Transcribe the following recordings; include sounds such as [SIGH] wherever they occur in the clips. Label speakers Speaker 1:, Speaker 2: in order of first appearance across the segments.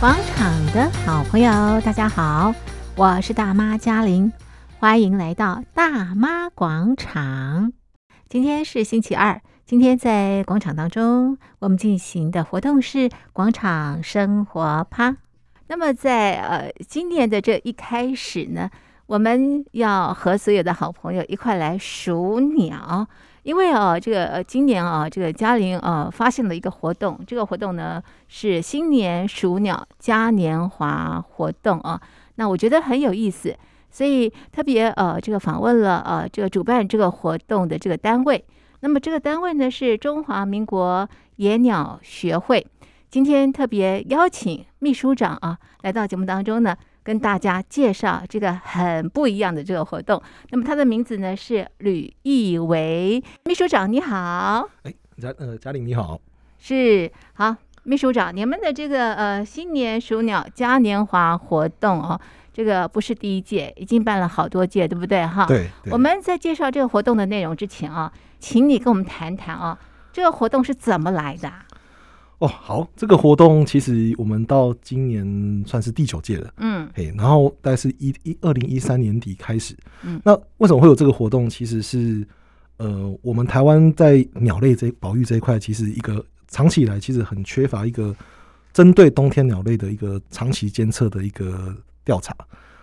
Speaker 1: 广场的好朋友，大家好，我是大妈嘉玲，欢迎来到大妈广场。今天是星期二，今天在广场当中，我们进行的活动是广场生活趴。那么在呃今年的这一开始呢，我们要和所有的好朋友一块来数鸟，因为哦，这个呃今年啊，这个嘉玲呃发现了一个活动，这个活动呢是新年数鸟嘉年华活动啊，那我觉得很有意思，所以特别呃这个访问了呃这个主办这个活动的这个单位，那么这个单位呢是中华民国野鸟学会，今天特别邀请秘书长啊来到节目当中呢。跟大家介绍这个很不一样的这个活动。那么他的名字呢是吕义维秘书长，你好，
Speaker 2: 嘉呃嘉玲你好，
Speaker 1: 是好秘书长，你们的这个呃新年鼠鸟嘉年华活动哦，这个不是第一届，已经办了好多届，对不对哈？。
Speaker 2: 对，对
Speaker 1: 我们在介绍这个活动的内容之前啊，请你跟我们谈谈啊，这个活动是怎么来的啊？
Speaker 2: 哦好，这个活动其实我们到今年算是第九届了，
Speaker 1: 嗯
Speaker 2: 嘿，然后大概是一一二零一三年底开始，
Speaker 1: 嗯
Speaker 2: 那为什么会有这个活动？其实是呃，我们台湾在鸟类这保育这一块，其实一个长期以来其实很缺乏一个针对冬天鸟类的一个长期监测的一个调查。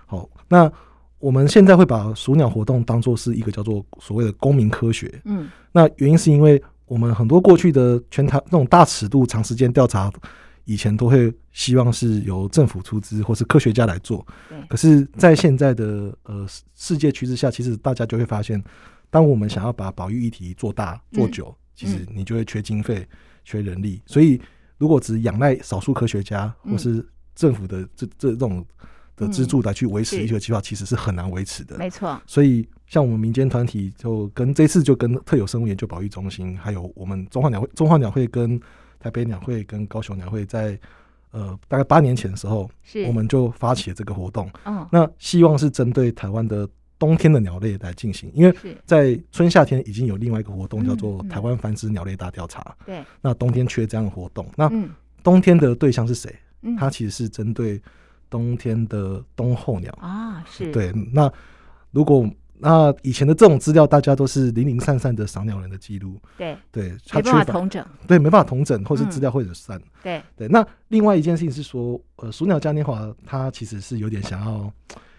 Speaker 2: 好，那我们现在会把数鸟活动当做是一个叫做所谓的公民科学，
Speaker 1: 嗯
Speaker 2: 那原因是因为我们很多过去的全台那种大尺度、长时间调查，以前都会希望是由政府出资或是科学家来做
Speaker 1: 对。
Speaker 2: 可是，在现在的呃世世界趋势下，其实大家就会发现，当我们想要把保育议题做大
Speaker 1: 嗯
Speaker 2: 做久，其实你就会缺经费、缺人力。所以，如果只仰赖少数科学家
Speaker 1: 嗯
Speaker 2: 或是政府的这这这种的资助来去维持
Speaker 1: 是
Speaker 2: 一个计划，其实是很难维持的。
Speaker 1: 没错，
Speaker 2: 所以像我们民间团体就跟这次就跟特有生物研究保育中心，还有我们中华鸟会、中华鸟会跟台北鸟会跟高雄鸟会在。呃，大概八年前的时候，
Speaker 1: 是
Speaker 2: 我们就发起了这个活动。
Speaker 1: 嗯
Speaker 2: 那希望是针对台湾的冬天的鸟类来进行，因为
Speaker 1: 是
Speaker 2: 在春夏天已经有另外一个活动
Speaker 1: 嗯
Speaker 2: 叫做
Speaker 1: 嗯
Speaker 2: 台湾繁殖鸟类大调查。
Speaker 1: 对
Speaker 2: 那冬天缺这样的活动，那
Speaker 1: 嗯
Speaker 2: 冬天的对象是谁？
Speaker 1: 嗯
Speaker 2: 它其实是针对冬天的冬候鸟。
Speaker 1: 啊是
Speaker 2: 对，那如果那以前的这种资料，大家都是零零散散的赏鸟人的记录，
Speaker 1: 对，
Speaker 2: 对，它
Speaker 1: 没
Speaker 2: 缺
Speaker 1: 办法
Speaker 2: 乏
Speaker 1: 同整，
Speaker 2: 对没办法同整，或是
Speaker 1: 嗯
Speaker 2: 资料会者散。
Speaker 1: 对
Speaker 2: 对，那另外一件事情是说，呃，鼠鸟嘉年华它其实是有点想要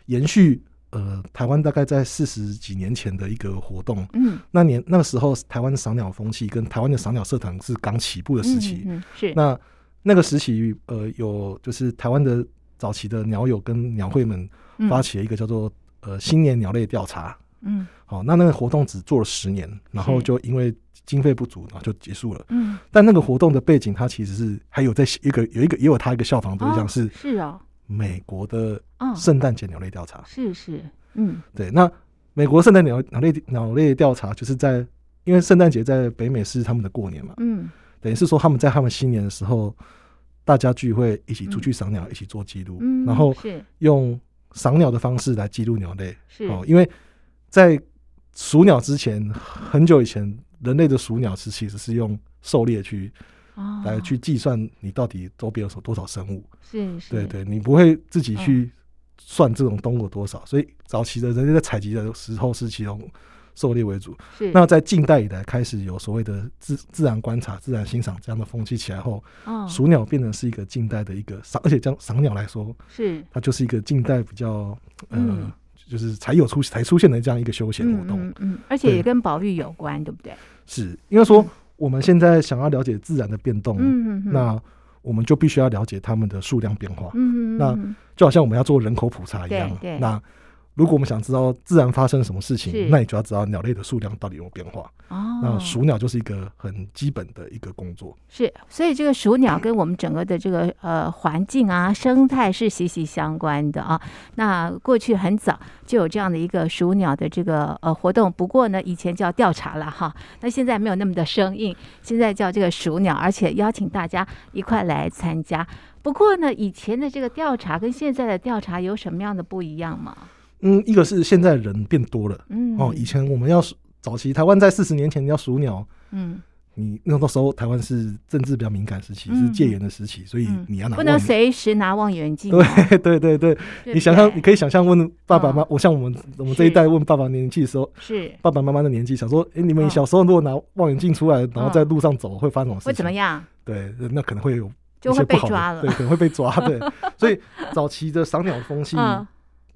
Speaker 2: 延续呃台湾大概在四十几年前的一个活动。
Speaker 1: 嗯
Speaker 2: 那年那个时候，台湾的赏鸟风气跟台湾的赏鸟社团是刚起步的时期。
Speaker 1: 嗯嗯嗯是
Speaker 2: 那那个时期，呃，有就是台湾的早期的鸟友跟鸟会们
Speaker 1: 嗯
Speaker 2: 发起了一个叫做呃新年鸟类调查。
Speaker 1: 嗯
Speaker 2: 好，那那个活动只做了十年，然后
Speaker 1: 是
Speaker 2: 就因为经费不足，然后就结束了。
Speaker 1: 嗯，
Speaker 2: 但那个活动的背景，它其实是还有在一个有一个也有它一个效仿对象
Speaker 1: 哦
Speaker 2: 是
Speaker 1: 是哦，
Speaker 2: 美国的
Speaker 1: 哦
Speaker 2: 圣诞节鸟类调查。
Speaker 1: 是是，嗯
Speaker 2: 对，那美国圣诞鸟鸟类鸟类调查就是在因为圣诞节在北美是他们的过年嘛，
Speaker 1: 嗯
Speaker 2: 等于是说他们在他们新年的时候，大家聚会一起出去赏鸟，一起做记录，
Speaker 1: 嗯，
Speaker 2: 然后
Speaker 1: 是
Speaker 2: 用赏鸟的方式来记录鸟类。
Speaker 1: 是
Speaker 2: 哦，因为在数鸟之前，很久以前，人类的数鸟是其实是用狩猎去
Speaker 1: 哦
Speaker 2: 来去计算你到底周边有所多少生物。
Speaker 1: 是是，嗯
Speaker 2: 对对，你不会自己去算这种动物有多少，所以早期的人类在采集的时候是其中狩猎为主。
Speaker 1: 是
Speaker 2: 那在近代以来开始有所谓的自自然观察、自然欣赏这样的风气起来后，
Speaker 1: 哦
Speaker 2: 数鸟变成是一个近代的一个赏，而且将赏鸟来说，
Speaker 1: 是
Speaker 2: 它就是一个近代比较
Speaker 1: 嗯
Speaker 2: 呃，就是才有出才出现的这样一个休闲活动。
Speaker 1: 嗯嗯嗯，而且也
Speaker 2: 对
Speaker 1: 跟保育有关，对不对？
Speaker 2: 是因为说
Speaker 1: 嗯
Speaker 2: 我们现在想要了解自然的变动，
Speaker 1: 嗯嗯嗯
Speaker 2: 那我们就必须要了解它们的数量变化。
Speaker 1: 嗯嗯
Speaker 2: 那
Speaker 1: 嗯
Speaker 2: 就好像我们要做人口普查一样
Speaker 1: 对对。
Speaker 2: 那如果我们想知道自然发生什么事
Speaker 1: 是
Speaker 2: 情，那你就要知道鸟类的数量到底有没有变化。
Speaker 1: 嗯
Speaker 2: 那
Speaker 1: 哦
Speaker 2: 数鸟就是一个很基本的一个工作。
Speaker 1: 是，所以这个鼠
Speaker 2: [CLEARS THROAT]
Speaker 1: 鸟跟我们整个的这个呃环境啊、生态是息息相关的啊。那过去很早就有这样的一个鼠鸟的这个呃活动，不过呢，以前叫调查了哈，那现在没有那么的生硬，现在叫这个鼠鸟，而且邀请大家一块来参加。不过呢，以前的这个调查跟现在的调查有什么样的不一样吗？
Speaker 2: 嗯，一个是现在人变多了
Speaker 1: 嗯，
Speaker 2: 哦哦，以前我们要数早期台湾在四十年前要数鸟，
Speaker 1: 嗯，
Speaker 2: 你那到时候台湾是政治比较敏感时期，是戒严的时期，所以
Speaker 1: 嗯
Speaker 2: 你要拿
Speaker 1: 不
Speaker 2: 望
Speaker 1: 能
Speaker 2: 远
Speaker 1: 随时拿望远镜哦、
Speaker 2: 对 [LAUGHS] 对对对，
Speaker 1: 对
Speaker 2: 你
Speaker 1: 不
Speaker 2: 想象，
Speaker 1: 对
Speaker 2: 你可以想象问爸爸
Speaker 1: 嗯
Speaker 2: 妈妈，我像我们我们这一
Speaker 1: 是
Speaker 2: 代问爸爸年纪的时候，
Speaker 1: 是
Speaker 2: 爸爸妈妈的年纪，想说，哎，你们
Speaker 1: 嗯
Speaker 2: 小时候如果拿望远镜出来，然后
Speaker 1: 嗯
Speaker 2: 在路上走，会发生什么事情？
Speaker 1: 会怎么？样？
Speaker 2: 对，那可能会有
Speaker 1: 就
Speaker 2: 一些
Speaker 1: 会
Speaker 2: 不
Speaker 1: 被
Speaker 2: 好的
Speaker 1: 抓了
Speaker 2: 对，可能会被抓。
Speaker 1: [LAUGHS]
Speaker 2: 对，所以早期的赏鸟风气
Speaker 1: 嗯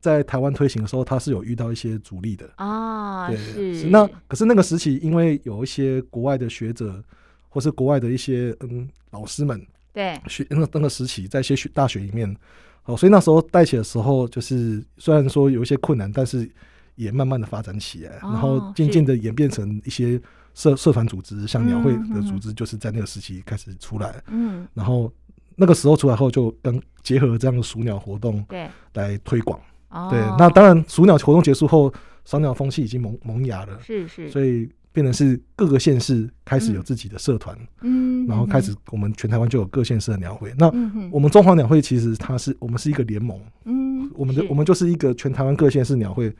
Speaker 2: 在台湾推行的时候，它是有遇到一些阻力的。
Speaker 1: 啊、
Speaker 2: 对，
Speaker 1: 是
Speaker 2: 那可是那个时期，因为有一些国外的学者或是国外的一些嗯老师们，
Speaker 1: 对
Speaker 2: 学那个那个时期，在一些学大学里面，好，所以那时候带起的时候，就是虽然说有一些困难，但是也慢慢的发展起
Speaker 1: 哦
Speaker 2: 来，然后渐渐的演变成一些社社团组织，像鸟会的组织，就是在那个时期开始出来，
Speaker 1: 嗯
Speaker 2: 然后。那个时候出来后，就跟结合这样的数鸟活动
Speaker 1: 对
Speaker 2: 来推广。
Speaker 1: 哦
Speaker 2: 对，那当然数鸟活动结束后，赏鸟风气已经萌萌芽了，
Speaker 1: 是是，
Speaker 2: 所以变成是各个县市开始有
Speaker 1: 嗯
Speaker 2: 自己的社团，
Speaker 1: 嗯，
Speaker 2: 然后
Speaker 1: 嗯
Speaker 2: 开
Speaker 1: 哼
Speaker 2: 始我们全台湾就有各县市的鸟会。那
Speaker 1: 嗯哼
Speaker 2: 我们中华鸟会其实它是我们是一个联盟，
Speaker 1: 嗯，
Speaker 2: 我们的
Speaker 1: 是
Speaker 2: 我们就是一个全台湾各县市鸟会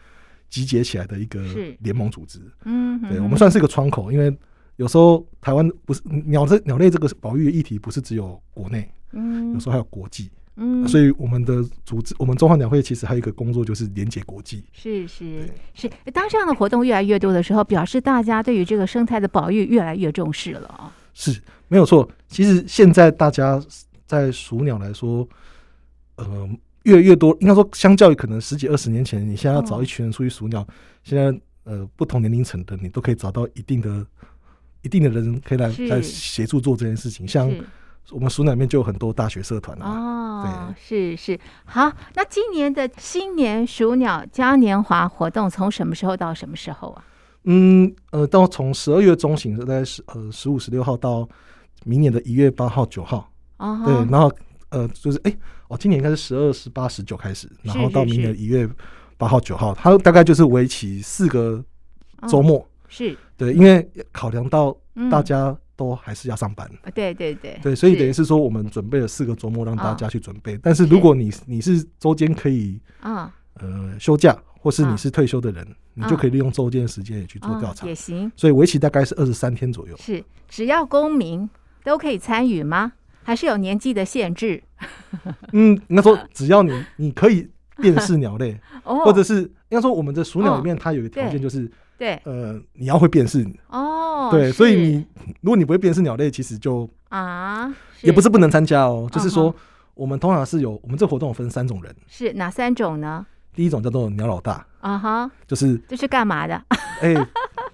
Speaker 2: 集结起来的一个
Speaker 1: 是
Speaker 2: 联盟组织。
Speaker 1: 嗯哼，
Speaker 2: 对，我们算是一个窗口，因为有时候台湾不是鸟这鸟类这个保育的议题不是只有国内，
Speaker 1: 嗯
Speaker 2: 有时候还有国际，
Speaker 1: 嗯，
Speaker 2: 所
Speaker 1: 以
Speaker 2: 以我们的组织，我们中华鸟会其实还有一个工作就是连接国际。
Speaker 1: 是是
Speaker 2: 对
Speaker 1: 是，当这样的活动越来越多的时候，表示大家对于这个生态的保育越来越重视了啊。
Speaker 2: 是没有错。其实现在大家在数鸟来说，呃，越来越多，应该说相较于可能十几二十年前，你现在要
Speaker 1: 哦
Speaker 2: 找一群人出去数鸟，现在呃不同年龄层的你都可以找到一定的。一定的人可以来
Speaker 1: 是
Speaker 2: 来协助做这件事情，像
Speaker 1: 是
Speaker 2: 我们数鸟里面就有很多大学社团啊，
Speaker 1: 哦，是是，好，那今年的新年鼠鸟嘉年华活动从什么时候到什么时候啊？
Speaker 2: 嗯呃，到从十二月中旬，大概是呃十五十六号到明年的一月八号九号，
Speaker 1: 哦，
Speaker 2: 对，然后呃，就是哎、哦，今年应该是十二、十八、十九开始，然后
Speaker 1: 是
Speaker 2: 到
Speaker 1: 是
Speaker 2: 明年
Speaker 1: 是
Speaker 2: 一月八号、九号，它大概就是为期四个
Speaker 1: 哦
Speaker 2: 周末。
Speaker 1: 是
Speaker 2: 对，因为考量到大，
Speaker 1: 嗯
Speaker 2: 家都还是要上班，
Speaker 1: 呃对对对
Speaker 2: 对，所以等于是说我们准备了四个周末让大
Speaker 1: 哦
Speaker 2: 家去准备。但是如
Speaker 1: 是
Speaker 2: 果你你是周间可以
Speaker 1: 啊，
Speaker 2: 呃休假，或是
Speaker 1: 嗯
Speaker 2: 你是退休的人，你就
Speaker 1: 嗯
Speaker 2: 可以利用周间的时间也去做
Speaker 1: 啊
Speaker 2: 调查
Speaker 1: 也。行，
Speaker 2: 所以为期大概是二十三天左右。
Speaker 1: 是只要公民都可以参与吗？还是有年纪的限制？
Speaker 2: 嗯，应该说
Speaker 1: 啊
Speaker 2: 只要你你可以辨识鸟类，
Speaker 1: 哦，
Speaker 2: 或者是应该说我们的鼠鸟里面它有一个条件就是。
Speaker 1: 对
Speaker 2: 呃，你要会辨识，
Speaker 1: 哦，
Speaker 2: 对，所以
Speaker 1: 是
Speaker 2: 你如果你不会辨识鸟类，其实就
Speaker 1: 啊，
Speaker 2: 也不是不能参加哦，就是
Speaker 1: 嗯
Speaker 2: 说我们通常是有我们这活动有分三种人，
Speaker 1: 是哪三种呢？
Speaker 2: 第一种叫做鸟老大，
Speaker 1: 啊哈，
Speaker 2: 就是
Speaker 1: 这是干嘛
Speaker 2: [LAUGHS]
Speaker 1: 的？
Speaker 2: 哎、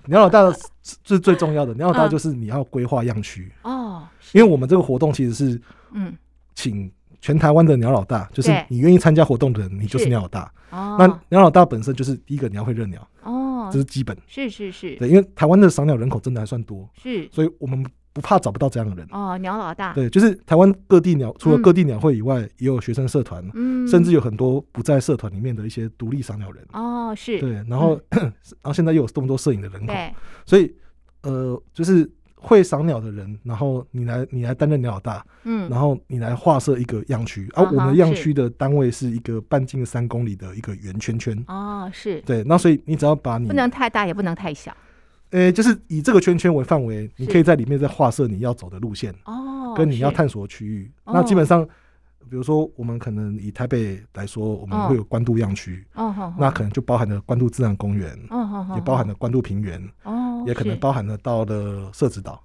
Speaker 2: 鸟老大是是最重要的，鸟老大
Speaker 1: 嗯
Speaker 2: 就是你要规划样区，
Speaker 1: 哦，
Speaker 2: 因为我们这个活动其实是
Speaker 1: 嗯，
Speaker 2: 请全台湾的鸟老大，就是
Speaker 1: 对
Speaker 2: 你愿意参加活动的人，你就是
Speaker 1: 是
Speaker 2: 鸟老大。
Speaker 1: 哦，
Speaker 2: 那鸟老大本身就是第一个你要会认鸟，
Speaker 1: 哦
Speaker 2: 这，是基本，
Speaker 1: 是是是
Speaker 2: 对，因为台湾的赏鸟人口真的还算多，
Speaker 1: 是
Speaker 2: 所以我们不怕找不到这样的人。
Speaker 1: 哦，鸟老大，
Speaker 2: 对，就是台湾各地鸟，除了
Speaker 1: 嗯
Speaker 2: 各地鸟会以外，也有学生社团，
Speaker 1: 嗯，
Speaker 2: 甚至有很多不在社团里面的一些独立赏鸟人。
Speaker 1: 哦是，
Speaker 2: 对，然后、 [COUGHS] 然后现在又有这么多摄影的人口，
Speaker 1: 嗯对
Speaker 2: 所以呃，就是会赏鸟的人，然后你来你来担任鸟老大，
Speaker 1: 嗯
Speaker 2: 然后你来划设一个样区，
Speaker 1: 啊
Speaker 2: 而
Speaker 1: 哈
Speaker 2: 我们的样
Speaker 1: 是
Speaker 2: 区的单位是一个半径三公里的一个圆圈圈。
Speaker 1: 哦是，
Speaker 2: 对，那所以你只要把你
Speaker 1: 不能太大也不能太小
Speaker 2: 呃，就是以这个圈圈为范围，你
Speaker 1: 是
Speaker 2: 可以在里面再划设你要走的路线。
Speaker 1: 哦，
Speaker 2: 跟你要
Speaker 1: 是
Speaker 2: 探索的区域。
Speaker 1: 哦
Speaker 2: 那基本上，比如说我们可能以台北来说，我们
Speaker 1: 哦
Speaker 2: 会有关渡样区，
Speaker 1: 哦吼，
Speaker 2: 那
Speaker 1: 吼
Speaker 2: 可能就包含了关渡自然公园，
Speaker 1: 哦吼吼，
Speaker 2: 也包含
Speaker 1: 吼
Speaker 2: 了关渡平原，
Speaker 1: 哦，
Speaker 2: 也可
Speaker 1: 是
Speaker 2: 能包含了到了社子岛。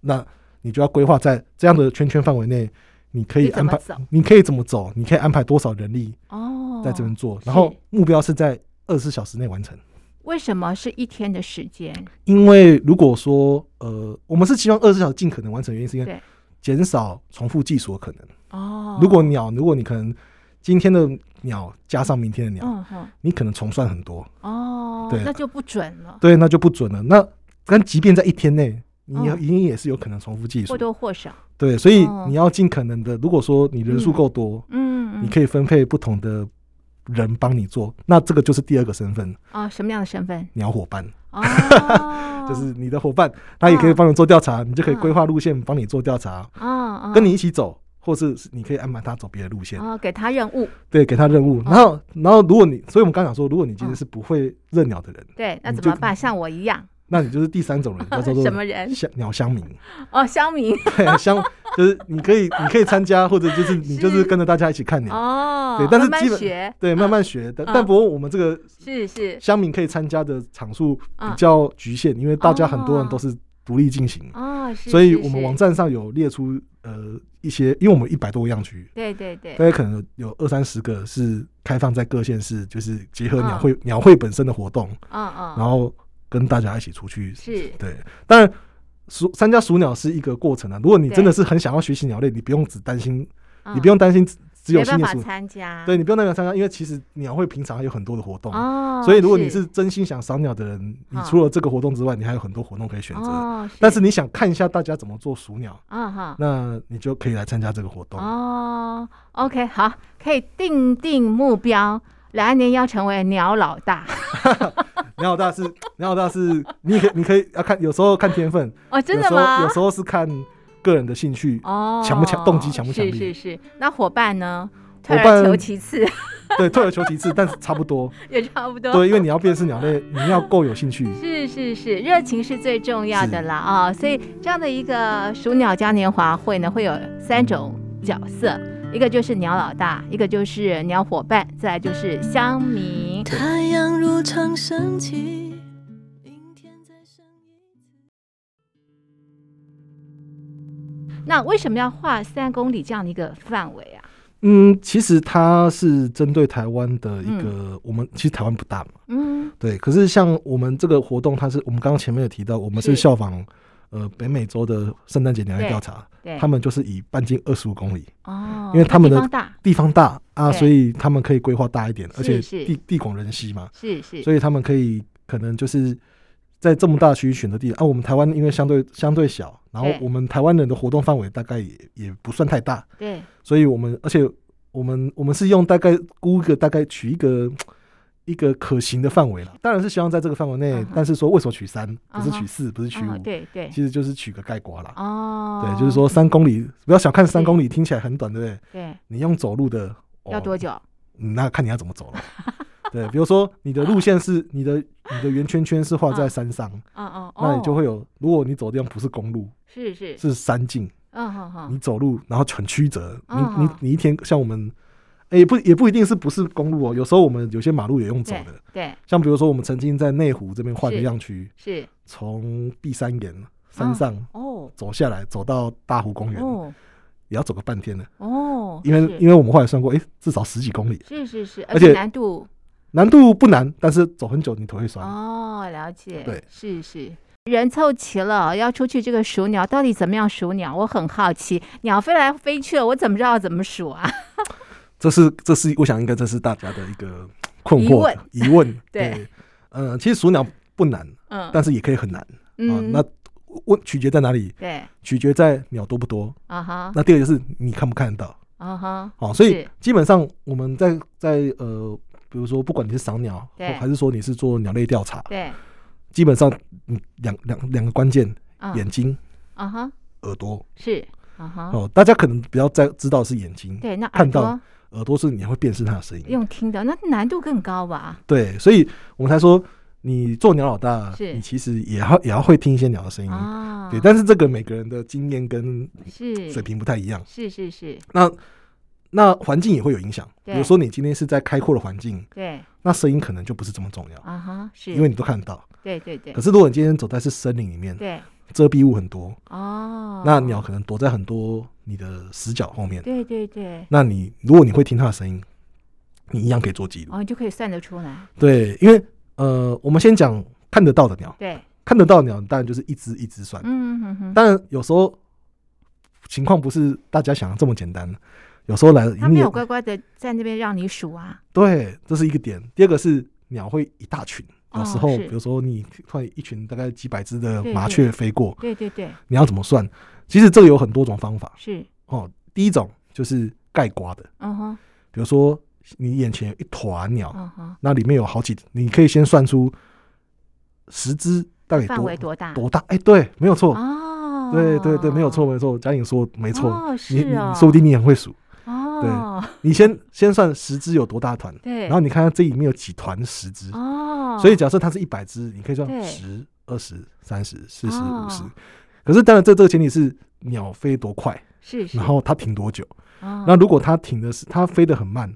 Speaker 2: 那你就要规划在这样的圈圈范围内，你可以
Speaker 1: 你怎
Speaker 2: 安
Speaker 1: 么
Speaker 2: 排
Speaker 1: 走，
Speaker 2: 你可以怎么走，你可以安排多少人力
Speaker 1: 哦，
Speaker 2: 在这边做，
Speaker 1: 是
Speaker 2: 然后目标是在二十四小时内完成。
Speaker 1: 为什么是一天的时间？
Speaker 2: 因为如果说呃，我们是希望二十四小时尽可能完成，原因是因为
Speaker 1: 对
Speaker 2: 减少重复技术的可能。
Speaker 1: 哦，
Speaker 2: 如果鸟，如果你可能今天的鸟加上明天的鸟，
Speaker 1: 嗯哼
Speaker 2: 你可能重算很多，
Speaker 1: 哦，
Speaker 2: 对啊
Speaker 1: 那就不准了，
Speaker 2: 对，那就不准了。那但即便在一天内，你要
Speaker 1: 嗯
Speaker 2: 一定也是有可能重复技术
Speaker 1: 或，多或少，
Speaker 2: 对，所以
Speaker 1: 哦
Speaker 2: 你要尽可能的，如果说你人数够多，
Speaker 1: 嗯，
Speaker 2: 你
Speaker 1: 以
Speaker 2: 可以分配不同的人帮你做，那这个就是第二个身份，
Speaker 1: 啊，什么样的身份？
Speaker 2: 鸟伙伴，，
Speaker 1: 哦
Speaker 2: [LAUGHS] 就是你的伙伴，他也可以帮你做调
Speaker 1: 嗯
Speaker 2: 查，你就可以规划路线帮你做调查，
Speaker 1: 啊，
Speaker 2: 跟你一起走。或是你可以安排他走别的路线，
Speaker 1: 啊，哦给他任务，
Speaker 2: 对，给他任
Speaker 1: 嗯
Speaker 2: 务。然后，然后如果你，所以我们刚讲说，如果你今天是不会认鸟的人，
Speaker 1: 对，那
Speaker 2: 你
Speaker 1: 怎么
Speaker 2: 就
Speaker 1: 办？像我一样，
Speaker 2: 那你就是第三
Speaker 1: [LAUGHS]
Speaker 2: 种人，叫做
Speaker 1: 什么人
Speaker 2: 乡鸟乡民，
Speaker 1: 哦，乡民
Speaker 2: 对，乡 [LAUGHS] 就是你可以你可以参加，或者就
Speaker 1: [LAUGHS]
Speaker 2: 是你就是跟着大家一起看鸟，
Speaker 1: 哦，
Speaker 2: 对但是
Speaker 1: 慢
Speaker 2: 基
Speaker 1: 慢
Speaker 2: 本
Speaker 1: 学
Speaker 2: 对，慢慢学。但、
Speaker 1: 嗯
Speaker 2: 但不过我们这个
Speaker 1: 是是
Speaker 2: 乡民可以参加的场数比
Speaker 1: 嗯
Speaker 2: 较局限，因为大家很多人都是独立进行，
Speaker 1: 哦，是
Speaker 2: 所以
Speaker 1: 是
Speaker 2: 我们
Speaker 1: 是
Speaker 2: 网站上有列出呃一些，因为我们一百多个样区，
Speaker 1: 对对对
Speaker 2: 大，概可能有二三十个是开放在各县市，就是结合
Speaker 1: 嗯
Speaker 2: 鸟会、鸟会本身的活动，
Speaker 1: 嗯嗯，
Speaker 2: 然后跟大家一起出去。
Speaker 1: 是
Speaker 2: 对，当然属参加属鸟是一个过程啊。如果你
Speaker 1: 对
Speaker 2: 真的是很想要学习鸟类，你不用只担心，
Speaker 1: 嗯
Speaker 2: 你不用担心只只有
Speaker 1: 没
Speaker 2: 新
Speaker 1: 办
Speaker 2: 的
Speaker 1: 法
Speaker 2: 属，
Speaker 1: 参加，
Speaker 2: 对你不用那个参加，因为其实鸟会平常还有很多的活动。啊
Speaker 1: 哦，啊
Speaker 2: 所以，如果你是真心想赏鸟的人，你除了这个活动之外，你还有很多活动可以选择。
Speaker 1: 哦，
Speaker 2: 但是你想看一下大家怎么做属鸟，
Speaker 1: 嗯哈。
Speaker 2: 那你就可以来参加这个活动。
Speaker 1: 哦，OK，好，可以定定目标，来年要成为鸟老
Speaker 2: [LAUGHS]
Speaker 1: 大
Speaker 2: 鸟老大是 [LAUGHS] 鸟老大是，你可以你可以要看，有时候看天分，
Speaker 1: 哦，真
Speaker 2: 有
Speaker 1: 的
Speaker 2: 时候
Speaker 1: 吗
Speaker 2: 有？时候是看个人的兴趣。
Speaker 1: 哦，
Speaker 2: 强不强动机强不强
Speaker 1: 是
Speaker 2: 烈
Speaker 1: 是是，那伙伴呢？
Speaker 2: 伙
Speaker 1: 退而
Speaker 2: 伴
Speaker 1: 求其次 [LAUGHS]
Speaker 2: 对，退而求其次，但是差不多。
Speaker 1: 也差 [LAUGHS] 不多。
Speaker 2: 对，因为你要辨识鸟类，你要够有兴趣。
Speaker 1: 是是是，热情是最重要的
Speaker 2: 是
Speaker 1: 啦啊、所以这样的一个鼠鸟嘉年华会呢，会有三种角色，一个就是鸟老大，一个就是鸟伙伴，再来就是乡民。
Speaker 3: 太阳如常升起，明天再升一次。
Speaker 1: 那为什么要画三公里这样的一个范围啊？
Speaker 2: 嗯，其实它是针对台湾的一个，我们其实台湾不大嘛，
Speaker 1: 嗯，
Speaker 2: 对。可是像我们这个活动，它是我们刚刚前面有提到，我们是
Speaker 1: 是
Speaker 2: 效仿呃北美洲的圣诞节鸟类调查，
Speaker 1: 对，
Speaker 2: 他们就是以半径二十五公里，
Speaker 1: 哦，
Speaker 2: 因为他们的
Speaker 1: 那地方大，
Speaker 2: 地方大啊，
Speaker 1: 对
Speaker 2: 所以他们可以规划大一点，而且
Speaker 1: 是
Speaker 2: 地地广人稀嘛，
Speaker 1: 是是，
Speaker 2: 所以他们可以可能就是在这么大区域选择地啊。我们台湾因为相对相对小，然后
Speaker 1: 对
Speaker 2: 我们台湾人的活动范围大概也也不算太大，
Speaker 1: 对，
Speaker 2: 所以我们而且我们我们是用大概估一个大概取一个。一个可行的范围了，当然是希望在这个范围内
Speaker 1: 嗯哼
Speaker 2: 但是说为什么取三，不是
Speaker 1: 嗯哼
Speaker 2: 取四，不是取
Speaker 1: 哦
Speaker 2: 五，
Speaker 1: 对对，
Speaker 2: 其实就是取个概括啦。
Speaker 1: 哦，
Speaker 2: 对，就是，说三公里，不要小看三
Speaker 1: 是
Speaker 2: 公里，听起来很短，对不对？
Speaker 1: 对，
Speaker 2: 你用走路的、哦
Speaker 1: 要多久？
Speaker 2: 嗯那看你要怎么走了。对，比如说你的路线是你的你的圆圈圈是画在山上，
Speaker 1: 嗯嗯，
Speaker 2: 那你就
Speaker 1: 哦
Speaker 2: 会有，如果你走的地方不是公路，
Speaker 1: 是是，
Speaker 2: 是山径，
Speaker 1: 嗯哼哼，
Speaker 2: 你走路然后很曲折，你
Speaker 1: 嗯
Speaker 2: 你
Speaker 1: 嗯
Speaker 2: 你一天像我们。哎也不也不一定是不是公路哦，有时候我们有些马路也用走
Speaker 1: 对
Speaker 2: 的，
Speaker 1: 对
Speaker 2: 像比如说我们曾经在内湖这边换个
Speaker 1: 是
Speaker 2: 样区，
Speaker 1: 是，
Speaker 2: 从碧山岩山上
Speaker 1: 哦
Speaker 2: 走下来，走到大湖公园，
Speaker 1: 哦
Speaker 2: 也要走个半天的，
Speaker 1: 哦，
Speaker 2: 嗯因为
Speaker 1: 是
Speaker 2: 因为我们后来算过，哎，至少十几公里，
Speaker 1: 是是是，
Speaker 2: 而
Speaker 1: 而且
Speaker 2: 且
Speaker 1: 难度
Speaker 2: 难度不难，但是走很久你腿会酸。
Speaker 1: 哦，了解，
Speaker 2: 嗯对，
Speaker 1: 是是。人凑齐了，要出去这个数鸟，到底怎么样数鸟？我很好奇，鸟飞来飞去了，我怎么知道怎么数啊？ [LAUGHS]
Speaker 2: 这是这是我想应该这是大家的一个困惑的疑问。
Speaker 1: [LAUGHS] 对
Speaker 2: 对，嗯、其实数鸟不难，
Speaker 1: 嗯，
Speaker 2: 但是也可以很难啊、
Speaker 1: 嗯，
Speaker 2: 那问取决在哪里？
Speaker 1: 对，
Speaker 2: 取决在鸟多不多。
Speaker 1: 啊哈，
Speaker 2: 那第二个就是你看不看得到。
Speaker 1: 啊哈，
Speaker 2: 哦，所以
Speaker 1: 是
Speaker 2: 基本上我们在在呃，比如说不管你是赏鸟，哦
Speaker 1: 对
Speaker 2: 还是说你是做鸟类调查，
Speaker 1: 对，
Speaker 2: 基本上嗯两两两个关键，
Speaker 1: 嗯
Speaker 2: 眼睛、
Speaker 1: 啊哈，
Speaker 2: 耳朵。
Speaker 1: 是，啊哈，
Speaker 2: 哦，大家可能比较在知道是眼睛，
Speaker 1: 对，那耳
Speaker 2: 看到
Speaker 1: 朵
Speaker 2: 耳朵是你会辨识它的声音。
Speaker 1: 用听的，那难度更高吧？
Speaker 2: 对，所以我们才说，你做鸟老大，
Speaker 1: 是
Speaker 2: 你其实也要也要会听一些鸟的声音。
Speaker 1: 啊，
Speaker 2: 嗯对，但是这个每个人的经验跟
Speaker 1: 是
Speaker 2: 水平不太一样，
Speaker 1: 是是是，
Speaker 2: 那那环境也会有影响。比
Speaker 1: 对
Speaker 2: 如说你今天是在开阔的环境，
Speaker 1: 对，
Speaker 2: 那声音可能就不是这么重要，
Speaker 1: 啊哈，是，
Speaker 2: 因为你都看得到。
Speaker 1: 对对对
Speaker 2: 可是如果你今天走在是森林里面，
Speaker 1: 对，
Speaker 2: 遮蔽物很多，
Speaker 1: 哦，
Speaker 2: 那鸟，可能躲在很多你的死角后面。
Speaker 1: 对对对，
Speaker 2: 那你如果你会听它的声音，你一样可以做记录。
Speaker 1: 哦，你就可以算得出来，
Speaker 2: 对，因为呃，我们先讲看得到的鸟，
Speaker 1: 对，
Speaker 2: 看得到的鸟当然就是一只一只算。
Speaker 1: 嗯哼哼，
Speaker 2: 当然有时候情况不是大家想的这么简单，有时候来
Speaker 1: 他没
Speaker 2: 你也
Speaker 1: 有乖乖的在那边让你数啊，
Speaker 2: 对，这是一个点。第二个是鸟会一大群，
Speaker 1: 哦
Speaker 2: 有时候、
Speaker 1: 是
Speaker 2: 比如说你突然一群大概几百只的
Speaker 1: 对
Speaker 2: 麻
Speaker 1: 对
Speaker 2: 雀飞过，
Speaker 1: 对对对，
Speaker 2: 你要怎么算？其实这个有很多种方法
Speaker 1: 是，
Speaker 2: 哦。第一种就是盖刮的，
Speaker 1: 嗯哼，
Speaker 2: 比如说你眼前有一团鸟，
Speaker 1: 嗯哼，
Speaker 2: 那里面有好几，你可以先算出十只到底
Speaker 1: 范围
Speaker 2: 多
Speaker 1: 多大？
Speaker 2: 多大？哎、对，没有错。
Speaker 1: 哦，
Speaker 2: 对对对，没有错，没错，嘉颖说没错，
Speaker 1: 哦
Speaker 2: 你
Speaker 1: 是
Speaker 2: 你
Speaker 1: 哦，
Speaker 2: 说不定你很会数，
Speaker 1: 哦，
Speaker 2: 你先先算十只有多大团，
Speaker 1: 对，
Speaker 2: 然后你看看这里面有几团十只，
Speaker 1: 哦，
Speaker 2: 所以假设它是一百只，你可以算
Speaker 1: 对
Speaker 2: 十二十、三十、四十、
Speaker 1: 哦
Speaker 2: 五十。可是当然，这这个前提是鸟飞多快，
Speaker 1: 是是，
Speaker 2: 然后它停多久。
Speaker 1: 哦
Speaker 2: 那如果它停的是它飞得很慢，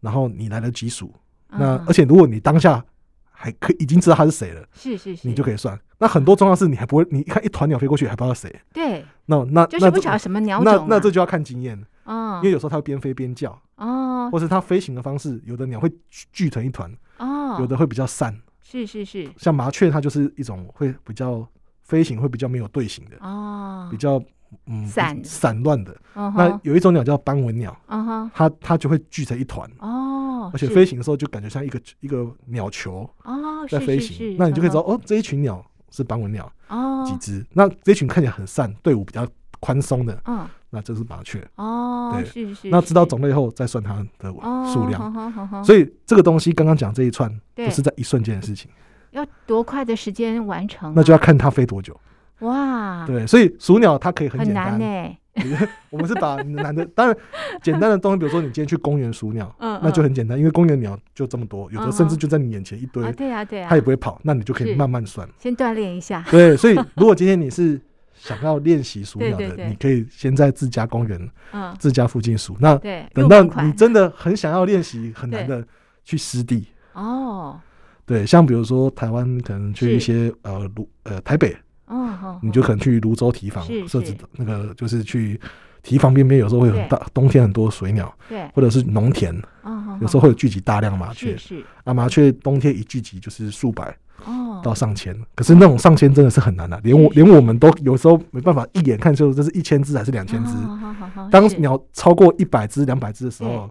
Speaker 2: 然后你来得及数，那
Speaker 1: 嗯
Speaker 2: 而且如果你当下还可以已经知道它是谁了，
Speaker 1: 是是是，
Speaker 2: 你就可以算。那很多重要是你还不会，你看一团鸟飞过去还不知道是谁，
Speaker 1: 对，
Speaker 2: 那那
Speaker 1: 就是
Speaker 2: 那
Speaker 1: 不
Speaker 2: 这
Speaker 1: 晓得什么鸟种
Speaker 2: 那
Speaker 1: 啊
Speaker 2: 那这就要看经验，
Speaker 1: 哦
Speaker 2: 因为有时候它会边飞边叫，
Speaker 1: 哦
Speaker 2: 或是它飞行的方式，有的鸟会聚聚成一团，
Speaker 1: 哦，
Speaker 2: 有的会比较散。
Speaker 1: 是是是
Speaker 2: 像麻雀，它就是一种会比较飞行会比较没有队形的，
Speaker 1: 哦，
Speaker 2: 比较嗯
Speaker 1: 散
Speaker 2: 比散乱的。
Speaker 1: 嗯
Speaker 2: 那
Speaker 1: 哼
Speaker 2: 有一种鸟叫斑纹鸟，
Speaker 1: 嗯哼
Speaker 2: 它它就会聚成一团，
Speaker 1: 哦，
Speaker 2: 而且
Speaker 1: 是
Speaker 2: 飞行的时候就感觉像一个一个鸟球
Speaker 1: 哦
Speaker 2: 在
Speaker 1: 是
Speaker 2: 飞
Speaker 1: 是
Speaker 2: 行
Speaker 1: 是。
Speaker 2: 那你就可以
Speaker 1: 嗯
Speaker 2: 知道，哦，这一群鸟是斑纹鸟
Speaker 1: 哼
Speaker 2: 几
Speaker 1: 哦
Speaker 2: 只，那这群看起来很散，队伍比较宽松的，
Speaker 1: 嗯
Speaker 2: 那就是麻雀。
Speaker 1: 哦
Speaker 2: 对
Speaker 1: 是是是，哦
Speaker 2: 那知道种类后再算它的数量。
Speaker 1: 量
Speaker 2: 所以这个东西刚刚讲这一串，
Speaker 1: 对
Speaker 2: 不是在一瞬间的事情，
Speaker 1: 要多快的时间完成啊？
Speaker 2: 那就要看它飞多久。
Speaker 1: 哇，
Speaker 2: 对，所以数鸟它可以很
Speaker 1: 啊很
Speaker 2: 简
Speaker 1: 难
Speaker 2: 单
Speaker 1: 呢、，
Speaker 2: [LAUGHS] 我们是把难的，当然简单的东西，比如说你今天去公园数鸟，
Speaker 1: 嗯
Speaker 2: 那就很简单，因为公园鸟就这么多，有的甚至就在你眼前一堆，
Speaker 1: 啊，对呀、对呀、
Speaker 2: 它也不会跑，那你就可以
Speaker 1: 是
Speaker 2: 慢慢算。
Speaker 1: 先锻炼一下，[LAUGHS]
Speaker 2: 对，所以如果今天你是想要练习数鸟
Speaker 1: 对对对
Speaker 2: 的，你可以先在自家公园、 [LAUGHS]
Speaker 1: 嗯，
Speaker 2: 自家附近数。那
Speaker 1: 对，
Speaker 2: 等
Speaker 1: 入
Speaker 2: 到
Speaker 1: 门款
Speaker 2: 你真的很想要练习很难的，去湿地。
Speaker 1: 哦，
Speaker 2: 对，像比如说台湾可能去一些呃泸呃台北，
Speaker 1: 嗯哼，
Speaker 2: 你就可能去泸州堤防
Speaker 1: 是
Speaker 2: 设置
Speaker 1: 是
Speaker 2: 那个，就是去堤防边边有时候会有很大，冬天很多水鸟，
Speaker 1: 对，
Speaker 2: 或者是农田，
Speaker 1: 嗯哼，
Speaker 2: 有时候会有聚集大量麻雀
Speaker 1: 是。是
Speaker 2: 啊，麻雀冬天一聚集就是数百
Speaker 1: 哦，
Speaker 2: 到上千，可是那种上千真的是很难的、连我
Speaker 1: 是是
Speaker 2: 连我们都有时候没办法一眼看清楚这是一千只还是两千只。
Speaker 1: 哦好好好
Speaker 2: 当
Speaker 1: 是
Speaker 2: 鸟超过一百只、两百只的时候，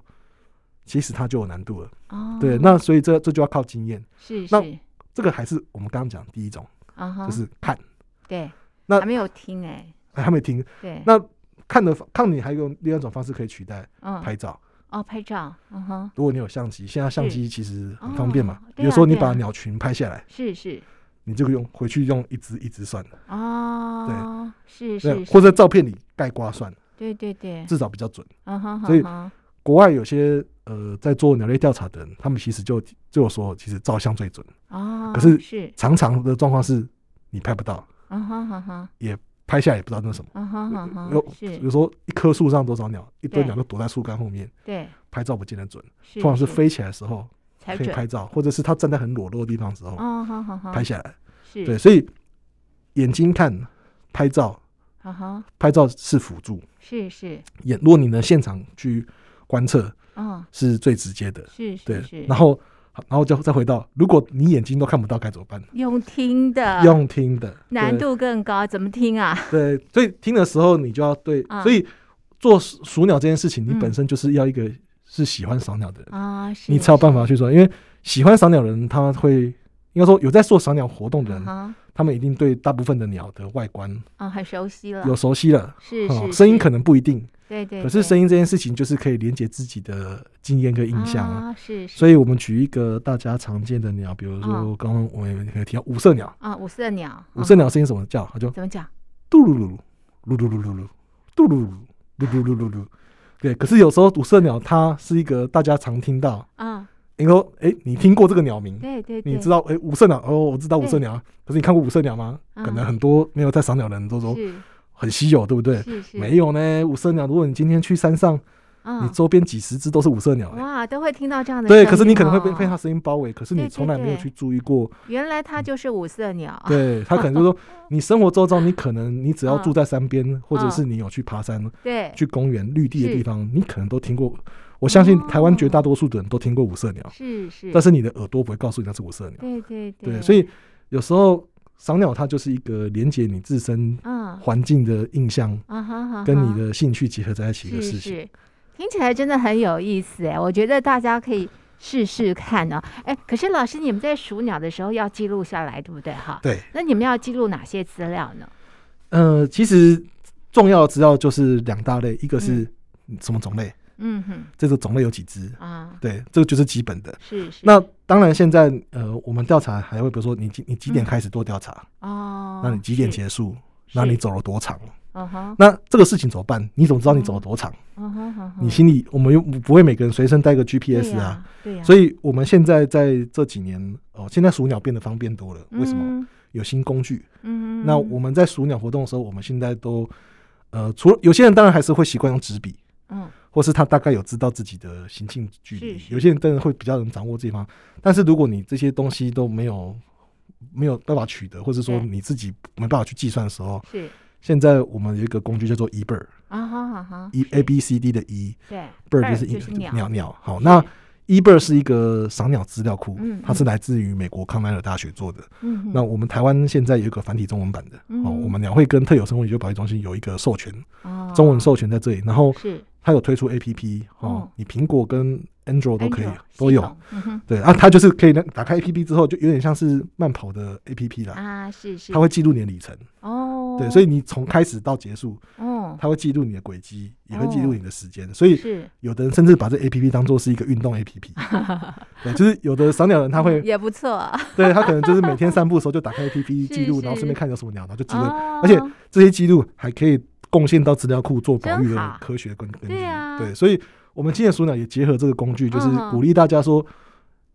Speaker 2: 其实它就有难度了。
Speaker 1: 哦，
Speaker 2: 对，那所以这这就要靠经验。
Speaker 1: 是
Speaker 2: 那
Speaker 1: 是
Speaker 2: 这个还是我们刚刚讲第一种，
Speaker 1: 啊哈，
Speaker 2: 就是看，
Speaker 1: 对，
Speaker 2: 那
Speaker 1: 还没有听哎，
Speaker 2: 还没听。
Speaker 1: 对，
Speaker 2: 那看的看你还有另外一种方式可以取代
Speaker 1: 嗯，
Speaker 2: 拍照。
Speaker 1: 哦拍照，嗯哼，
Speaker 2: 如果你有相机，现在相机其实很方便嘛
Speaker 1: 哦。
Speaker 2: 比如说你
Speaker 1: 对啊对啊
Speaker 2: 把鸟群拍下来，
Speaker 1: 是是
Speaker 2: 你就用回去用一只一只算，
Speaker 1: 哦，是
Speaker 2: 对，
Speaker 1: 是，
Speaker 2: 或
Speaker 1: 是
Speaker 2: 者照片里盖瓜算，
Speaker 1: 对对对，
Speaker 2: 至少比较准。
Speaker 1: 嗯哼，
Speaker 2: 所以
Speaker 1: 嗯哼
Speaker 2: 国外有些呃在做鸟类调查的人，他们其实就就有说，其实照相最准。
Speaker 1: 哦，
Speaker 2: 可是
Speaker 1: 是，
Speaker 2: 常常的状况是你拍不到，
Speaker 1: 嗯哼嗯哼
Speaker 2: 拍下来也不知道那是什么。
Speaker 1: 嗯哼嗯
Speaker 2: 有
Speaker 1: 哼，
Speaker 2: 比
Speaker 1: 是
Speaker 2: 如，说一棵树上多少鸟，一堆
Speaker 1: 对
Speaker 2: 鸟都躲在树干后面，
Speaker 1: 对，
Speaker 2: 拍照不见得准。
Speaker 1: 是
Speaker 2: 通常是飞起来的时候
Speaker 1: 才
Speaker 2: 可以
Speaker 1: 准，
Speaker 2: 拍照，或者是它站在很裸露的地方的时候
Speaker 1: 哦，好好好，
Speaker 2: 拍下来。
Speaker 1: 是，
Speaker 2: 对，，所以眼睛看拍照，
Speaker 1: 啊哈，
Speaker 2: 拍照是辅助，
Speaker 1: 是是，
Speaker 2: 眼如果你能现场去观测
Speaker 1: 嗯，
Speaker 2: 是最直接的。
Speaker 1: 是是
Speaker 2: 对
Speaker 1: 是，，
Speaker 2: 然后然后就再回到，如果你眼睛都看不到该怎么办？
Speaker 1: 用听的，
Speaker 2: 用听的
Speaker 1: 啊难
Speaker 2: 对
Speaker 1: 度更高，怎么听啊？
Speaker 2: 对，所以听的时候你就要对，
Speaker 1: 嗯
Speaker 2: 所以做数数鸟这件事情，你
Speaker 1: 嗯
Speaker 2: 本身就是要一个是喜欢赏鸟的人，
Speaker 1: 啊，是
Speaker 2: 你才有办
Speaker 1: 法
Speaker 2: 法去做。因为喜欢赏鸟的人，他会应该说有在做赏鸟活动的人，
Speaker 1: 啊
Speaker 2: 他们一定对大部分的鸟的外观
Speaker 1: 哈，啊，很熟悉了，
Speaker 2: 有熟悉了。
Speaker 1: 是
Speaker 2: [LAUGHS] 哦
Speaker 1: 是
Speaker 2: 声音
Speaker 1: 是
Speaker 2: 可能不一定，
Speaker 1: 对对，
Speaker 2: 可是声
Speaker 1: 音
Speaker 2: 音这件事情就是可以连接自己的经验跟印象啊。
Speaker 1: 啊，是是
Speaker 2: 所以我们举一个大家常见的鸟，比如说
Speaker 1: 嗯
Speaker 2: 刚刚我们有提到五色鸟，
Speaker 1: 啊，五色鸟，
Speaker 2: 五
Speaker 1: 啊
Speaker 2: 色鸟声音怎么叫？它就
Speaker 1: 怎么讲？
Speaker 2: 嘟噜噜噜噜噜噜噜嘟噜噜噜噜噜噜噜。对，可是有时候五色鸟它是一个大家常听到，
Speaker 1: 啊，
Speaker 2: 你说哎，你听过这个鸟名？
Speaker 1: 对对对，
Speaker 2: 你知道哎，五色鸟哦，我知道五色鸟，可是你看过五色鸟吗？
Speaker 1: 嗯
Speaker 2: 可能很多没有在赏鸟的人都说
Speaker 1: 是
Speaker 2: 很稀有，对不对？
Speaker 1: 是是，
Speaker 2: 没有呢，五色鸟。如果你今天去山上，
Speaker 1: 啊
Speaker 2: 你周边几十只都是五色鸟、哎
Speaker 1: 哇，都会听到这样的声
Speaker 2: 对，
Speaker 1: 音哦，
Speaker 2: 可是你可能会被被它声音包围，可是
Speaker 1: 对
Speaker 2: 你
Speaker 1: 对
Speaker 2: 从来没有
Speaker 1: 对
Speaker 2: 去注意过。
Speaker 1: 原来它就是五色鸟， [LAUGHS]
Speaker 2: 对，它可能就说，你生活周遭，你可能你只要
Speaker 1: 嗯
Speaker 2: 住在山边，或者
Speaker 1: 嗯
Speaker 2: 是你有去爬山，
Speaker 1: 对，
Speaker 2: 去公园绿地的
Speaker 1: 是
Speaker 2: 地方，你可能都听过。我相信台湾绝大多数的人都听过五色鸟，
Speaker 1: 是是，
Speaker 2: 但是你的耳朵不会告诉你那是五色鸟。
Speaker 1: 对对
Speaker 2: 对，所以有时候赏鸟它就是一个连接你自身
Speaker 1: 嗯
Speaker 2: 环境的印象
Speaker 1: 啊哈哈，
Speaker 2: 跟你
Speaker 1: 哈
Speaker 2: 的兴趣结合在一起的
Speaker 1: 是
Speaker 2: 事情。
Speaker 1: 是，听起来真的很有意思哎，我觉得大家可以试试看呢、哎，可是老师，你们在数鸟的时候要记录下来，对不对哈？
Speaker 2: 对，
Speaker 1: 那你们要记录哪些资料呢？
Speaker 2: 呃，其实重要的资料就是两大类，一个是什么种类，
Speaker 1: 嗯哼，
Speaker 2: 这个种类有几只，
Speaker 1: 啊，
Speaker 2: 对，这个就是基本的。
Speaker 1: 是是。
Speaker 2: 那当然，现在呃，我们调查还会比如说你几你几点
Speaker 1: 嗯
Speaker 2: 开始做调查，
Speaker 1: 哦，
Speaker 2: 那你几点
Speaker 1: 是？
Speaker 2: 结束，那你
Speaker 1: 是？
Speaker 2: 走了多长，
Speaker 1: 嗯哼，
Speaker 2: 那这个事情怎么办？你怎么知道你走了多长？
Speaker 1: 嗯哼嗯哼，
Speaker 2: 你心里我们又不会每个人随身带个 GPS
Speaker 1: 对
Speaker 2: 啊，
Speaker 1: 呀，对呀。
Speaker 2: 所
Speaker 1: 以
Speaker 2: 以我们现在在这几年哦，现在数鸟变得方便多了。为什么？？有新工具。
Speaker 1: 嗯
Speaker 2: 那我们在数鸟活动的时候，我们现在都呃，除了有些人当然还是会习惯用纸笔，
Speaker 1: 嗯
Speaker 2: 或是他大概有知道自己的行进距离。
Speaker 1: 是是
Speaker 2: 有些人当然会比较能掌握这一方，但是如果你这些东西都没有没有办法取得，或者说
Speaker 1: 对
Speaker 2: 你自己没办法去计算的时候，
Speaker 1: 是
Speaker 2: 现在我们有一个工具叫做 eBird，E
Speaker 1: 啊哈哈哈
Speaker 2: A B C D 的 E
Speaker 1: 对
Speaker 2: bird 就是一
Speaker 1: 就是鸟
Speaker 2: 鸟鸟。好，那
Speaker 1: 是
Speaker 2: eBird 是一个赏鸟资料库
Speaker 1: 嗯嗯，
Speaker 2: 它是来自于美国康奈尔大学做的。
Speaker 1: 嗯哼
Speaker 2: 那我们台湾现在有一个繁体中文版的，
Speaker 1: 嗯
Speaker 2: 哦，我们鸟会跟特有生物研究保育中心有一个授权，
Speaker 1: 哦
Speaker 2: 中文授权在这里，然后
Speaker 1: 是
Speaker 2: 它有推出 APP 哦
Speaker 1: 哦，
Speaker 2: 你苹果跟 Android 都可以
Speaker 1: Android
Speaker 2: 都
Speaker 1: 系
Speaker 2: 有
Speaker 1: 统，嗯哼
Speaker 2: 对，啊，它就是可以打开 APP 之后，就有点像是慢跑的 APP 啦，
Speaker 1: 啊是是
Speaker 2: 它会记录你的里程，
Speaker 1: 哦
Speaker 2: 对，所以你从开始到结束，
Speaker 1: 哦
Speaker 2: 它会记录你的轨迹，也会
Speaker 1: 哦
Speaker 2: 记录你的时间，所以
Speaker 1: 是
Speaker 2: 有的人甚至把这 A P P 当做是一个运动 A
Speaker 1: [LAUGHS]
Speaker 2: P P，对，就是有的赏鸟人他会，
Speaker 1: 也不错
Speaker 2: 对他可能就是每天散步的时候就打开 A P P
Speaker 1: 是
Speaker 2: 记录，
Speaker 1: 是哦
Speaker 2: 然后顺便看有什么鸟，然后就记录。
Speaker 1: 而
Speaker 2: 而且这些记录还可以贡献到资料库做保育
Speaker 1: 真好
Speaker 2: 的科学跟根据
Speaker 1: 对啊。
Speaker 2: 对，所以我们今天的鼠鸟也结合这个工具，就是
Speaker 1: 嗯哼
Speaker 2: 鼓励大家说，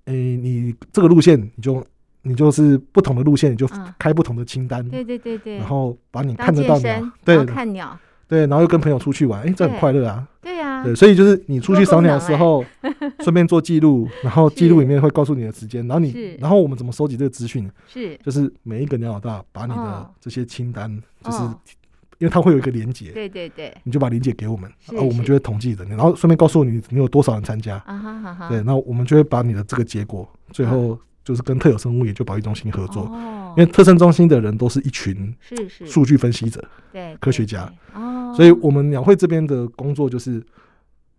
Speaker 2: 诶，你这个路线你就你就是不同的路线，你就
Speaker 1: 嗯
Speaker 2: 开不同的清单。
Speaker 1: 对对对对，
Speaker 2: 然后把你
Speaker 1: 当
Speaker 2: 看得到
Speaker 1: 健
Speaker 2: 鸟
Speaker 1: 身，
Speaker 2: 对
Speaker 1: 然后看鸟，
Speaker 2: 对，然后又跟朋友出去玩，哎，这很
Speaker 1: 对
Speaker 2: 快乐啊！
Speaker 1: 对呀、
Speaker 2: 对，所以就是你出去
Speaker 1: 多
Speaker 2: 赏
Speaker 1: 功
Speaker 2: 鸟
Speaker 1: 能
Speaker 2: 的时候， [LAUGHS] 顺便做记录，然后记录
Speaker 1: 是
Speaker 2: 里面会告诉你的时间，然后你
Speaker 1: 是，
Speaker 2: 然后我们怎么收集这个资讯，
Speaker 1: 是，
Speaker 2: 就是每一个鸟老大把你
Speaker 1: 哦
Speaker 2: 的这些清单，就是
Speaker 1: 哦
Speaker 2: 因为它会有一个连结，
Speaker 1: 对对对，
Speaker 2: 你就把连结给我们，
Speaker 1: 是
Speaker 2: 然后我们
Speaker 1: 是
Speaker 2: 就会统计的，然后顺便告诉你你有多少人参加，
Speaker 1: 啊哈哈哈，
Speaker 2: 对，那我们就会把你的这个结果最后就是跟特有生物研究保育中心合作，
Speaker 1: 哦
Speaker 2: 因为特生中心的人都是一群
Speaker 1: 是是
Speaker 2: 数据分析者，
Speaker 1: 对
Speaker 2: 科
Speaker 1: 对
Speaker 2: 学家
Speaker 1: 对哦，
Speaker 2: 所以我们鸟会这边的工作就是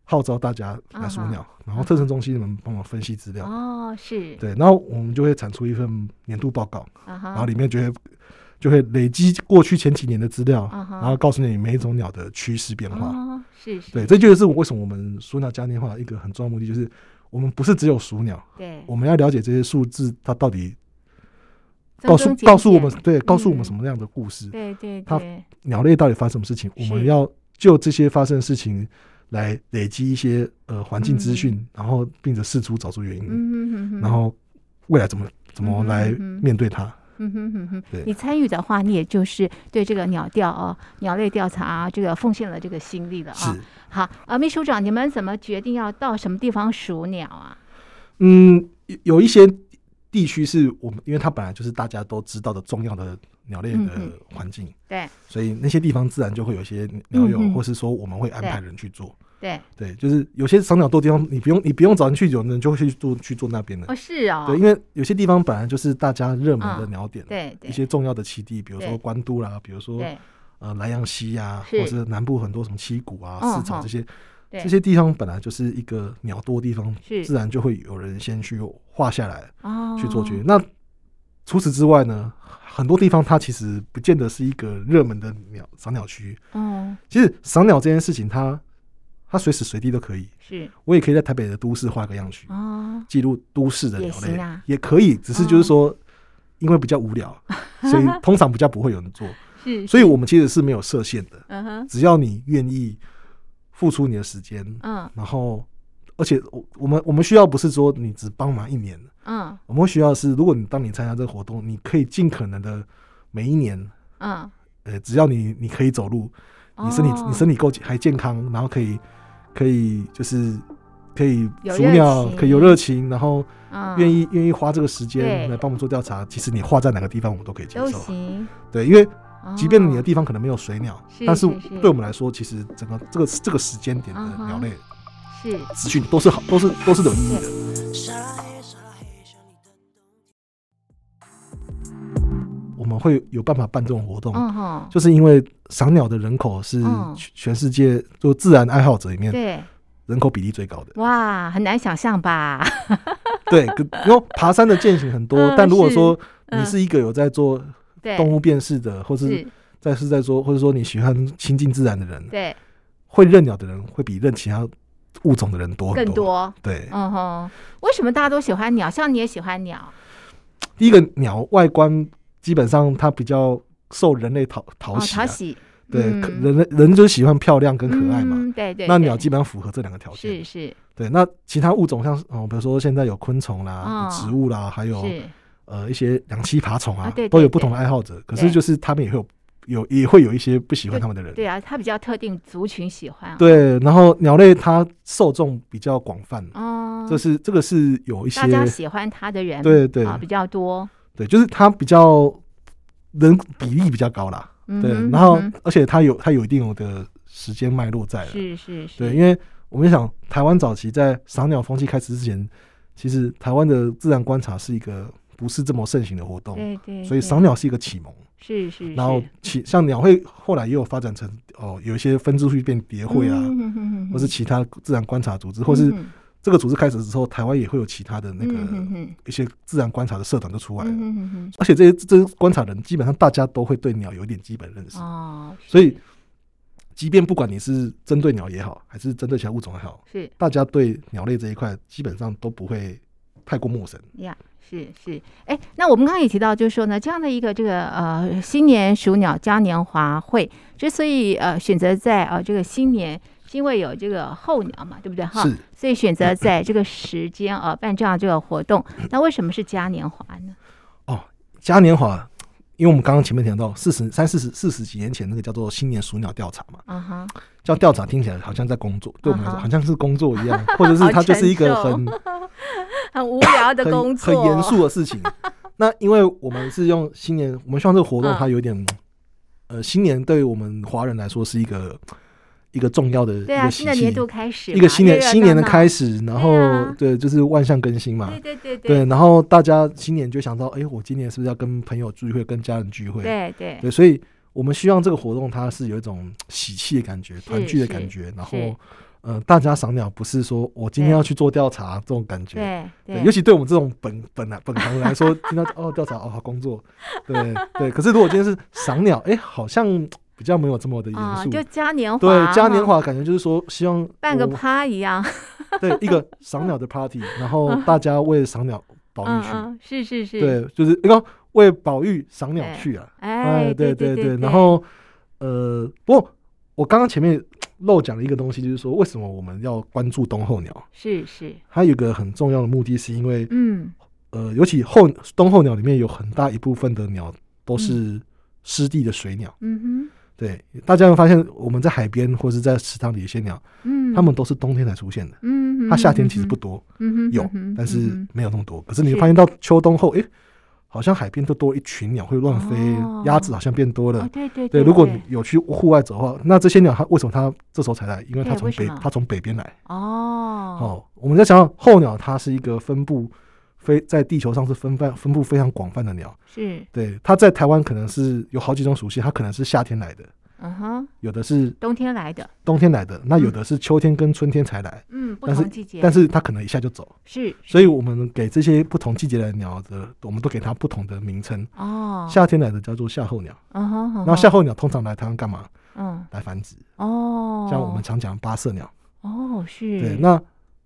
Speaker 2: 号召大家来数
Speaker 1: 嗯哼
Speaker 2: 鸟，然后特征中心你们帮忙分析资料，
Speaker 1: 哦是，
Speaker 2: 对，然后我们就会产出一份年度报告，
Speaker 1: 啊哈，
Speaker 2: 然后里面就会就会累积过去前几年的资料，
Speaker 1: 嗯哼
Speaker 2: 然后告诉你每一种鸟的趋势变化。
Speaker 1: 哦是是，
Speaker 2: 对，这就是为什么我们数鸟嘉年华一个很重要的目的，就是我们不是只有数鸟，
Speaker 1: 对，
Speaker 2: 我们要了解这些数字它到底
Speaker 1: 增
Speaker 2: 告
Speaker 1: 增
Speaker 2: 诉
Speaker 1: 减
Speaker 2: 告诉我
Speaker 1: 减
Speaker 2: 们，对，告诉我们
Speaker 1: 嗯
Speaker 2: 什么样的故事。
Speaker 1: 对对
Speaker 2: 它
Speaker 1: 对，
Speaker 2: 鸟类到底发生什么事情，我
Speaker 1: 是
Speaker 2: 们要就这些发生的事情来累积一些呃环境资讯，然后并且试出找出原因，
Speaker 1: 嗯哼哼哼，
Speaker 2: 然后未来怎么怎么来
Speaker 1: 嗯哼嗯哼
Speaker 2: 面对它。
Speaker 1: 嗯哼哼哼
Speaker 2: 对，
Speaker 1: 你参与的话，你也就是对这个鸟调哦、鸟类调查、啊、这个奉献了这个心力了啊、
Speaker 2: 是，
Speaker 1: 好，呃，秘书长，你们怎么决定要到什么地方数鸟啊？
Speaker 2: 嗯，有有一些地区是我们，因为它本来就是大家都知道的重要的鸟类
Speaker 1: 嗯
Speaker 2: 的
Speaker 1: 哼
Speaker 2: 环境，
Speaker 1: 对
Speaker 2: 所以那些地方自然就会有一些鸟友，
Speaker 1: 嗯哼
Speaker 2: 或是说我们会安
Speaker 1: 对
Speaker 2: 排人去做。
Speaker 1: 对，
Speaker 2: 对，就是有些赏鸟多地方，你不用你不用找人去，有人就会去做去做那边的。
Speaker 1: 哦是哦，
Speaker 2: 对，因为有些地方本来就是大家热门的
Speaker 1: 嗯
Speaker 2: 鸟点，
Speaker 1: 对
Speaker 2: 一
Speaker 1: 对
Speaker 2: 些重要的栖地，比如
Speaker 1: 对
Speaker 2: 说关都啦，比如说
Speaker 1: 对
Speaker 2: 呃莱阳溪呀，
Speaker 1: 是
Speaker 2: 或是南部很多什么七谷啊、
Speaker 1: 嗯
Speaker 2: 市场
Speaker 1: 哼
Speaker 2: 这些，
Speaker 1: 对，
Speaker 2: 这些地方本来就是一个鸟多的地方，
Speaker 1: 是
Speaker 2: 自然就会有人先去画下来
Speaker 1: 哦
Speaker 2: 去做决定。那除此之外呢，很多地方它其实不见得是一个热门的鸟赏鸟区。
Speaker 1: 哦
Speaker 2: 其实赏鸟这件事情它，它随时随地都可以，
Speaker 1: 是
Speaker 2: 我也可以在台北的都市画个样区。
Speaker 1: 哦
Speaker 2: 记录都市的鸟
Speaker 1: 也
Speaker 2: 类
Speaker 1: 行啊哦
Speaker 2: 可以，只是就是说，因为比较无聊，
Speaker 1: [LAUGHS]
Speaker 2: 所以通常比较不会有人做，
Speaker 1: 是，
Speaker 2: 所以我们其实是没有设限的，
Speaker 1: 嗯哼
Speaker 2: 只要你愿意付出你的时间，
Speaker 1: 嗯
Speaker 2: 然后而且我我们我们需要不是说你只帮忙一年，
Speaker 1: 嗯
Speaker 2: 我们会需要的是如果你当你参加这个活动，你可以尽可能的每一年，
Speaker 1: 嗯，
Speaker 2: 呃，只要你你可以走路，你身体、
Speaker 1: 哦
Speaker 2: 你身体够健还健康，然后可以可以就是。可以
Speaker 1: 有
Speaker 2: 雏
Speaker 1: 热
Speaker 2: 鸟，
Speaker 1: 情
Speaker 2: 可以有热情，然后
Speaker 1: 嗯
Speaker 2: 愿意愿意花这个时
Speaker 1: 对
Speaker 2: 间来帮我们做调查，其实你花在哪个地方我们都可以接
Speaker 1: 都
Speaker 2: 受。啊
Speaker 1: 行，
Speaker 2: 对，因为
Speaker 1: 哦
Speaker 2: 即便你的地方可能没有水鸟，
Speaker 1: 是
Speaker 2: 但是
Speaker 1: 是是
Speaker 2: 对我们来说，其实整个这个这个时间点的
Speaker 1: 嗯哼
Speaker 2: 鸟类
Speaker 1: 是
Speaker 2: 资讯都是好，都是都是有意义的。
Speaker 3: 沙拉黑，沙拉黑，像你的冬天。
Speaker 2: 我们会有办法办这种活动，
Speaker 1: 嗯哼，
Speaker 2: 就是因为赏鸟的人口是
Speaker 1: 嗯
Speaker 2: 全全世界就自然爱好者里面
Speaker 1: 对。
Speaker 2: 人口比例最高的 [LAUGHS]
Speaker 1: 哇，很难想象吧？ [LAUGHS]
Speaker 2: 对，可因为爬山的践行很多
Speaker 1: 嗯，
Speaker 2: 但如果
Speaker 1: 是
Speaker 2: 说
Speaker 1: 嗯
Speaker 2: 你是一个有在做
Speaker 1: 对，
Speaker 2: 动物辨识的，或是
Speaker 1: 是，
Speaker 2: 在是在说，或者说你喜欢亲近自然的人，
Speaker 1: 对，
Speaker 2: 会认鸟的人会比认其他物种的人多很
Speaker 1: 更多。
Speaker 2: 对，
Speaker 1: 嗯哼，为什么大家都喜欢鸟？像你也喜欢鸟，
Speaker 2: 第一个鸟外观基本上它比较受人类讨讨
Speaker 1: 哦，
Speaker 2: 喜、
Speaker 1: 讨
Speaker 2: 啊
Speaker 1: 喜，
Speaker 2: 对，
Speaker 1: 嗯
Speaker 2: 可人类人就是喜欢漂亮跟可爱嘛。
Speaker 1: 嗯对对。
Speaker 2: 那
Speaker 1: 对
Speaker 2: 鸟基本上符合这两个条
Speaker 1: 是
Speaker 2: 件，
Speaker 1: 是
Speaker 2: 对。那其他物种像哦，比如说现在有昆虫啦、
Speaker 1: 哦
Speaker 2: 有植物啦，还有
Speaker 1: 是，
Speaker 2: 呃一些两栖爬虫
Speaker 1: 啊
Speaker 2: 啊
Speaker 1: 对，
Speaker 2: 都有
Speaker 1: 对
Speaker 2: 不同的
Speaker 1: 对
Speaker 2: 爱好者。可是
Speaker 1: 对
Speaker 2: 就是他们也会有有也会有一些不喜欢他们的人。
Speaker 1: 对啊，它比较特定族群喜欢、啊。，
Speaker 2: 对，然后鸟类它受众比较广泛，
Speaker 1: 哦，
Speaker 2: 这是这个是有一些
Speaker 1: 大家喜欢它的人，
Speaker 2: 对对
Speaker 1: 啊比较多。
Speaker 2: 对，就是它比较人比例比较高啦。
Speaker 1: 嗯
Speaker 2: 对，
Speaker 1: 哼
Speaker 2: 然后
Speaker 1: 嗯哼
Speaker 2: 而且它有它有一定有的时间脉络在了。
Speaker 1: 是是是，
Speaker 2: 对，因为我们想，台湾早期在赏鸟风气开始之前，其实台湾的自然观察是一个不是这么盛行的活动，
Speaker 1: 对对，
Speaker 2: 所以
Speaker 1: 对
Speaker 2: 赏鸟是一个启蒙。
Speaker 1: 是嗯是，
Speaker 2: 然后
Speaker 1: 是
Speaker 2: 其像鸟会后来也有发展成哦，有一些分支出去变蝶会啊，
Speaker 1: 嗯哼哼哼
Speaker 2: 或是
Speaker 1: 哼
Speaker 2: 其他自然观察组织，或是
Speaker 1: 嗯
Speaker 2: 这个组织开始之后，台湾也会有其他的那
Speaker 1: 嗯哼
Speaker 2: 个
Speaker 1: 哼
Speaker 2: 一些自然观察的社团就出
Speaker 1: 嗯
Speaker 2: 来了。
Speaker 1: 哼哼哼
Speaker 2: 而且这些这些观察人，基本上大家都会对鸟有一点基本认识，
Speaker 1: 哦，
Speaker 2: 所以
Speaker 1: 是
Speaker 2: 即便不管你是针对鸟也好，还是针对其他物种也好，
Speaker 1: 是
Speaker 2: 大家对鸟类这一块基本上都不会太过陌生。
Speaker 1: 呀。是是，哎，那我们刚刚也提到，就是说呢，这样的一个这个呃新年鼠鸟嘉年华会，之所以呃选择在呃这个新年，是因为有这个候鸟嘛，对不对哈？
Speaker 2: 是，
Speaker 1: 所以选择在这个时间呃办这样这个活动。那为什么是嘉年华呢？
Speaker 2: 嘉年华，因为我们刚刚前面提到四十三四十四十几年前那个叫做新年鼠鸟调查嘛，
Speaker 1: 啊哈，
Speaker 2: 叫调查听起来好像在工作，对我们
Speaker 1: 啊
Speaker 2: 来说
Speaker 1: 哈
Speaker 2: 好像是工作一样， [LAUGHS] 或者是
Speaker 1: 好
Speaker 2: 它就是一个
Speaker 1: 沉
Speaker 2: 很
Speaker 1: 很无聊的工
Speaker 2: 很
Speaker 1: 作，
Speaker 2: 很严肃的
Speaker 1: [LAUGHS]
Speaker 2: 事情。那因为我们是用新年，我们希望这个活动
Speaker 1: 嗯
Speaker 2: 它有点，呃，新年对于我们华人来说是一个一个重要的一
Speaker 1: 对啊，
Speaker 2: 个习
Speaker 1: 新的年
Speaker 2: 气
Speaker 1: 度，开始嘛，
Speaker 2: 一个新年
Speaker 1: 热热
Speaker 2: 新年的
Speaker 1: 闹闹
Speaker 2: 开，始，然后
Speaker 1: 啊
Speaker 2: 对，就是万象更新嘛
Speaker 1: 对，对对
Speaker 2: 啊对，然后大家新年就想到，哎，我今年是不是要跟朋友聚会、跟家人聚会？
Speaker 1: 对对
Speaker 2: 对所以我们希望这个活动它是有一种喜气的感觉、团聚的感觉，然
Speaker 1: 是
Speaker 2: 后呃，大家赏鸟不是说我今天
Speaker 1: 对
Speaker 2: 要去做调查这种感觉。
Speaker 1: 对
Speaker 2: 对，尤其对我们这种本本来本行来说，听到哦调查哦好工作，对对。可是如果今天是赏鸟，哎，好像比较没有这么的严
Speaker 1: 啊，
Speaker 2: 肃。
Speaker 1: 就嘉年华，
Speaker 2: 对，嘉年
Speaker 1: 哈
Speaker 2: 华感哦觉就是说，希望
Speaker 1: 办个
Speaker 2: 我
Speaker 1: 趴一
Speaker 2: [LAUGHS]
Speaker 1: 样，
Speaker 2: 对一个赏鸟的 party，然后大家为赏鸟保育
Speaker 1: 嗯
Speaker 2: 去，
Speaker 1: 嗯，是是是，，
Speaker 2: 对，就是刚为保育赏鸟
Speaker 1: 对
Speaker 2: 去啊，
Speaker 1: 哎，
Speaker 2: 对
Speaker 1: 对
Speaker 2: 对，然后呃，不过我刚刚前面漏讲了一个东西，就是说为什么我们要关注冬候鸟？
Speaker 1: 是是，
Speaker 2: 它有一个很重要的目的，是因为
Speaker 1: 嗯，
Speaker 2: 呃，尤其候冬候鸟里面有很大一部分的鸟都是湿地的水鸟。
Speaker 1: 嗯
Speaker 2: 对，大家会发现我们在海边或是在池塘里一些鸟，
Speaker 1: 哼，嗯，
Speaker 2: 它们都是冬天才出现的。
Speaker 1: 嗯，嗯，
Speaker 2: 它夏天其实不多，
Speaker 1: 嗯哼
Speaker 2: 有
Speaker 1: 嗯哼，
Speaker 2: 但是
Speaker 1: 嗯
Speaker 2: 没有那么多。可是你
Speaker 1: 是
Speaker 2: 会发现到秋冬后，诶，好像海边都多一群鸟会乱飞
Speaker 1: 哦，
Speaker 2: 鸭子好像变多
Speaker 1: 哼哦
Speaker 2: 了，。
Speaker 1: 对对
Speaker 2: 对，如果你有去户外走的话，那这些鸟它为什么它这时候才来？因为它
Speaker 1: 对
Speaker 2: 从
Speaker 1: 为什
Speaker 2: 北
Speaker 1: 么，
Speaker 2: 它从北边来。
Speaker 1: 哦
Speaker 2: 哦，我们在想想候鸟，它是一个分布非在地球上是分散分布非常广泛的鸟。
Speaker 1: 是，
Speaker 2: 对，它在台湾可能是有好几种属性，它可能是夏天来的，
Speaker 1: 嗯哼，
Speaker 2: 有的是
Speaker 1: 冬天来的，
Speaker 2: 冬天来的，那有的是秋天跟春天才来，
Speaker 1: 嗯，不
Speaker 2: 但是
Speaker 1: 同季节，
Speaker 2: 但是它可能一下就走。
Speaker 1: 是
Speaker 2: 所以我们给这些不同季节的鸟的，我们都给它不同的名称。
Speaker 1: 哦，
Speaker 2: 夏天来的叫做夏候鸟，
Speaker 1: 嗯哼，嗯
Speaker 2: 那
Speaker 1: 哼
Speaker 2: 夏候鸟通常来台湾干嘛？
Speaker 1: 嗯
Speaker 2: 来繁殖，
Speaker 1: 哦，
Speaker 2: 像我们常讲的八色鸟。
Speaker 1: 哦是，
Speaker 2: 对，那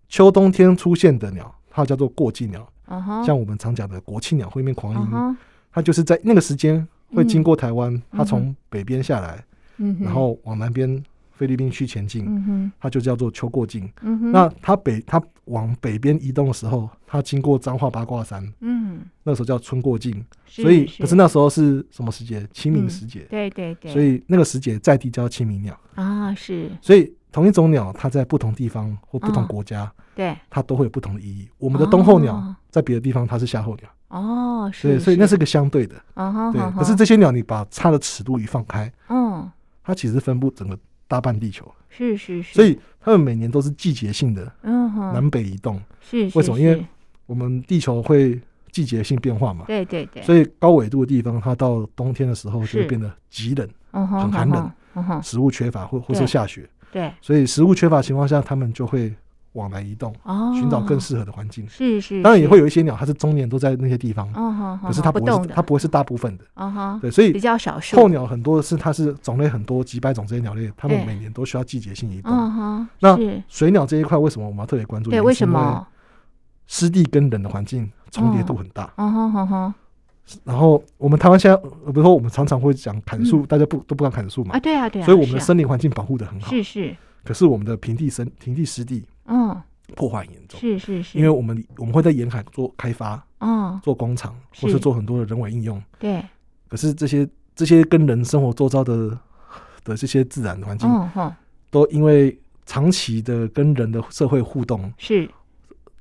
Speaker 2: 秋冬天出现的鸟，它叫做过季鸟，
Speaker 1: 嗯哼，
Speaker 2: 像我们常讲的国庆鸟、灰面狂
Speaker 1: 嗯
Speaker 2: 鹰，
Speaker 1: 哼，
Speaker 2: 它就是在那个时间会经过台湾，它
Speaker 1: 嗯
Speaker 2: 从北边下来，
Speaker 1: 嗯哼，
Speaker 2: 然后往南边菲律宾去前进，
Speaker 1: 嗯哼，
Speaker 2: 它就叫做秋过境。
Speaker 1: 嗯哼，
Speaker 2: 那它北它往北边移动的时候，它经过彰化八卦山，
Speaker 1: 嗯，
Speaker 2: 那时候叫春过境。
Speaker 1: 是
Speaker 2: 所以，
Speaker 1: 是
Speaker 2: 可是那时候是什么时节？清明
Speaker 1: 嗯
Speaker 2: 时节，
Speaker 1: 对对对，
Speaker 2: 所以那个时节在地叫清明鸟。
Speaker 1: 啊是
Speaker 2: 所以同一种鸟，它在不同地方或不同
Speaker 1: 嗯
Speaker 2: 国家，
Speaker 1: 对，
Speaker 2: 它都会有不同的意义。我们的冬候鸟
Speaker 1: 哦
Speaker 2: 在别的地方它是夏候鸟，
Speaker 1: 哦，
Speaker 2: 对，
Speaker 1: 是，
Speaker 2: 所以那是个相对的。
Speaker 1: 啊哈，
Speaker 2: 对
Speaker 1: 哈，
Speaker 2: 可是
Speaker 1: 哈
Speaker 2: 这些鸟你把它的尺度一放开，
Speaker 1: 嗯，
Speaker 2: 它其实分布整个大半地球，
Speaker 1: 是是是，
Speaker 2: 所以它们每年都是季节性的
Speaker 1: 嗯哼，
Speaker 2: 南北移动。
Speaker 1: 是
Speaker 2: 为
Speaker 1: 是
Speaker 2: 什么因为
Speaker 1: 是
Speaker 2: 我们地球会季节性变化嘛，
Speaker 1: 对对对，以
Speaker 2: 所以高纬度的地方，它到冬天的时候就是会变得极冷，
Speaker 1: 很
Speaker 2: 很寒冷，
Speaker 1: 嗯哼，
Speaker 2: 食物缺乏或或
Speaker 1: 对
Speaker 2: 是下雪，
Speaker 1: 对，
Speaker 2: 所以食物缺乏的情况下，它们就会往南移动，
Speaker 1: 哦，
Speaker 2: 寻找更适合的环境。
Speaker 1: 是是，
Speaker 2: 当然也
Speaker 1: 是
Speaker 2: 会，有一些鸟，它是终年都在那些地方，
Speaker 1: 嗯哼，
Speaker 2: 可是它
Speaker 1: 不
Speaker 2: 不会
Speaker 1: 动
Speaker 2: 是
Speaker 1: 的，
Speaker 2: 它不会是大部分的，
Speaker 1: 啊哈，
Speaker 2: 对，所
Speaker 1: 比
Speaker 2: 以
Speaker 1: 较少数，
Speaker 2: 候鸟很多是它是种类很多几百种这些鸟类，它
Speaker 1: 对
Speaker 2: 们每年都需要季节性移动。
Speaker 1: 嗯哼，
Speaker 2: 那
Speaker 1: 是
Speaker 2: 水鸟这一块为什么我们要特别关注？
Speaker 1: 对，
Speaker 2: 原因
Speaker 1: 为
Speaker 2: 是
Speaker 1: 什
Speaker 2: 因为
Speaker 1: 么？
Speaker 2: 湿地跟人的环境重叠度很大。
Speaker 1: 嗯哼哼哼，
Speaker 2: 然后我们台湾现在，呃，比如说我们常常会讲砍树，大家不都不敢砍树嘛
Speaker 1: 嗯啊，，对啊对啊，
Speaker 2: 所以我们的
Speaker 1: 是啊
Speaker 2: 森林环境保护的很好，
Speaker 1: 是是，
Speaker 2: 可是我们的平地森平地湿地
Speaker 1: 嗯，
Speaker 2: 破坏很严重。
Speaker 1: 是是是，
Speaker 2: 因为我们我们会在沿海做开发，
Speaker 1: 哦，
Speaker 2: 做工厂，
Speaker 1: 是
Speaker 2: 或是做很多的人为应用。
Speaker 1: 对，
Speaker 2: 可是这些这些跟人生活周遭的的这些自然环境，
Speaker 1: 哦吼，
Speaker 2: 都因为长期的跟人的社会互动，
Speaker 1: 是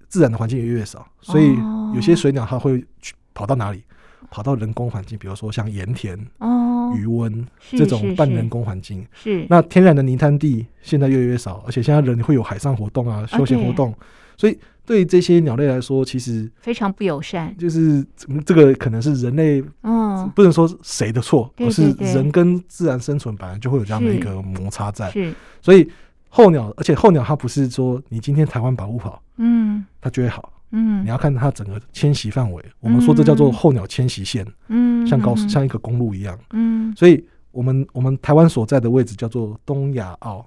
Speaker 2: 自然的环境也越来越少，所以
Speaker 1: 哦
Speaker 2: 有些水鸟它会去跑到哪里？跑到人工环境，比如说像盐田、
Speaker 1: 哦，
Speaker 2: 余温
Speaker 1: 是
Speaker 2: 这
Speaker 1: 是
Speaker 2: 种半
Speaker 1: 是
Speaker 2: 人工环境。
Speaker 1: 是
Speaker 2: 那天然的泥滩地现在越来越少，而且现在人会有海上活动啊、休闲活动，所以对于这些鸟类来说，其实
Speaker 1: 非常不友善，
Speaker 2: 就是嗯这个可能是人类
Speaker 1: 嗯，
Speaker 2: 不能说谁的错，
Speaker 1: 对
Speaker 2: 而是
Speaker 1: 对对
Speaker 2: 人跟自然生存本来就会有这样的
Speaker 1: 是
Speaker 2: 一个摩擦在，
Speaker 1: 是，
Speaker 2: 所以候鸟，而且候鸟它不是说你今天台湾保护好
Speaker 1: 嗯
Speaker 2: 它就会好，
Speaker 1: 嗯，
Speaker 2: 你要看它整个迁徙范围，我们说这叫做候鸟迁徙线，
Speaker 1: 嗯，
Speaker 2: 像高
Speaker 1: 嗯
Speaker 2: 像一个公路一样，
Speaker 1: 嗯
Speaker 2: 所以我们我们台湾所在的位置叫做东亚澳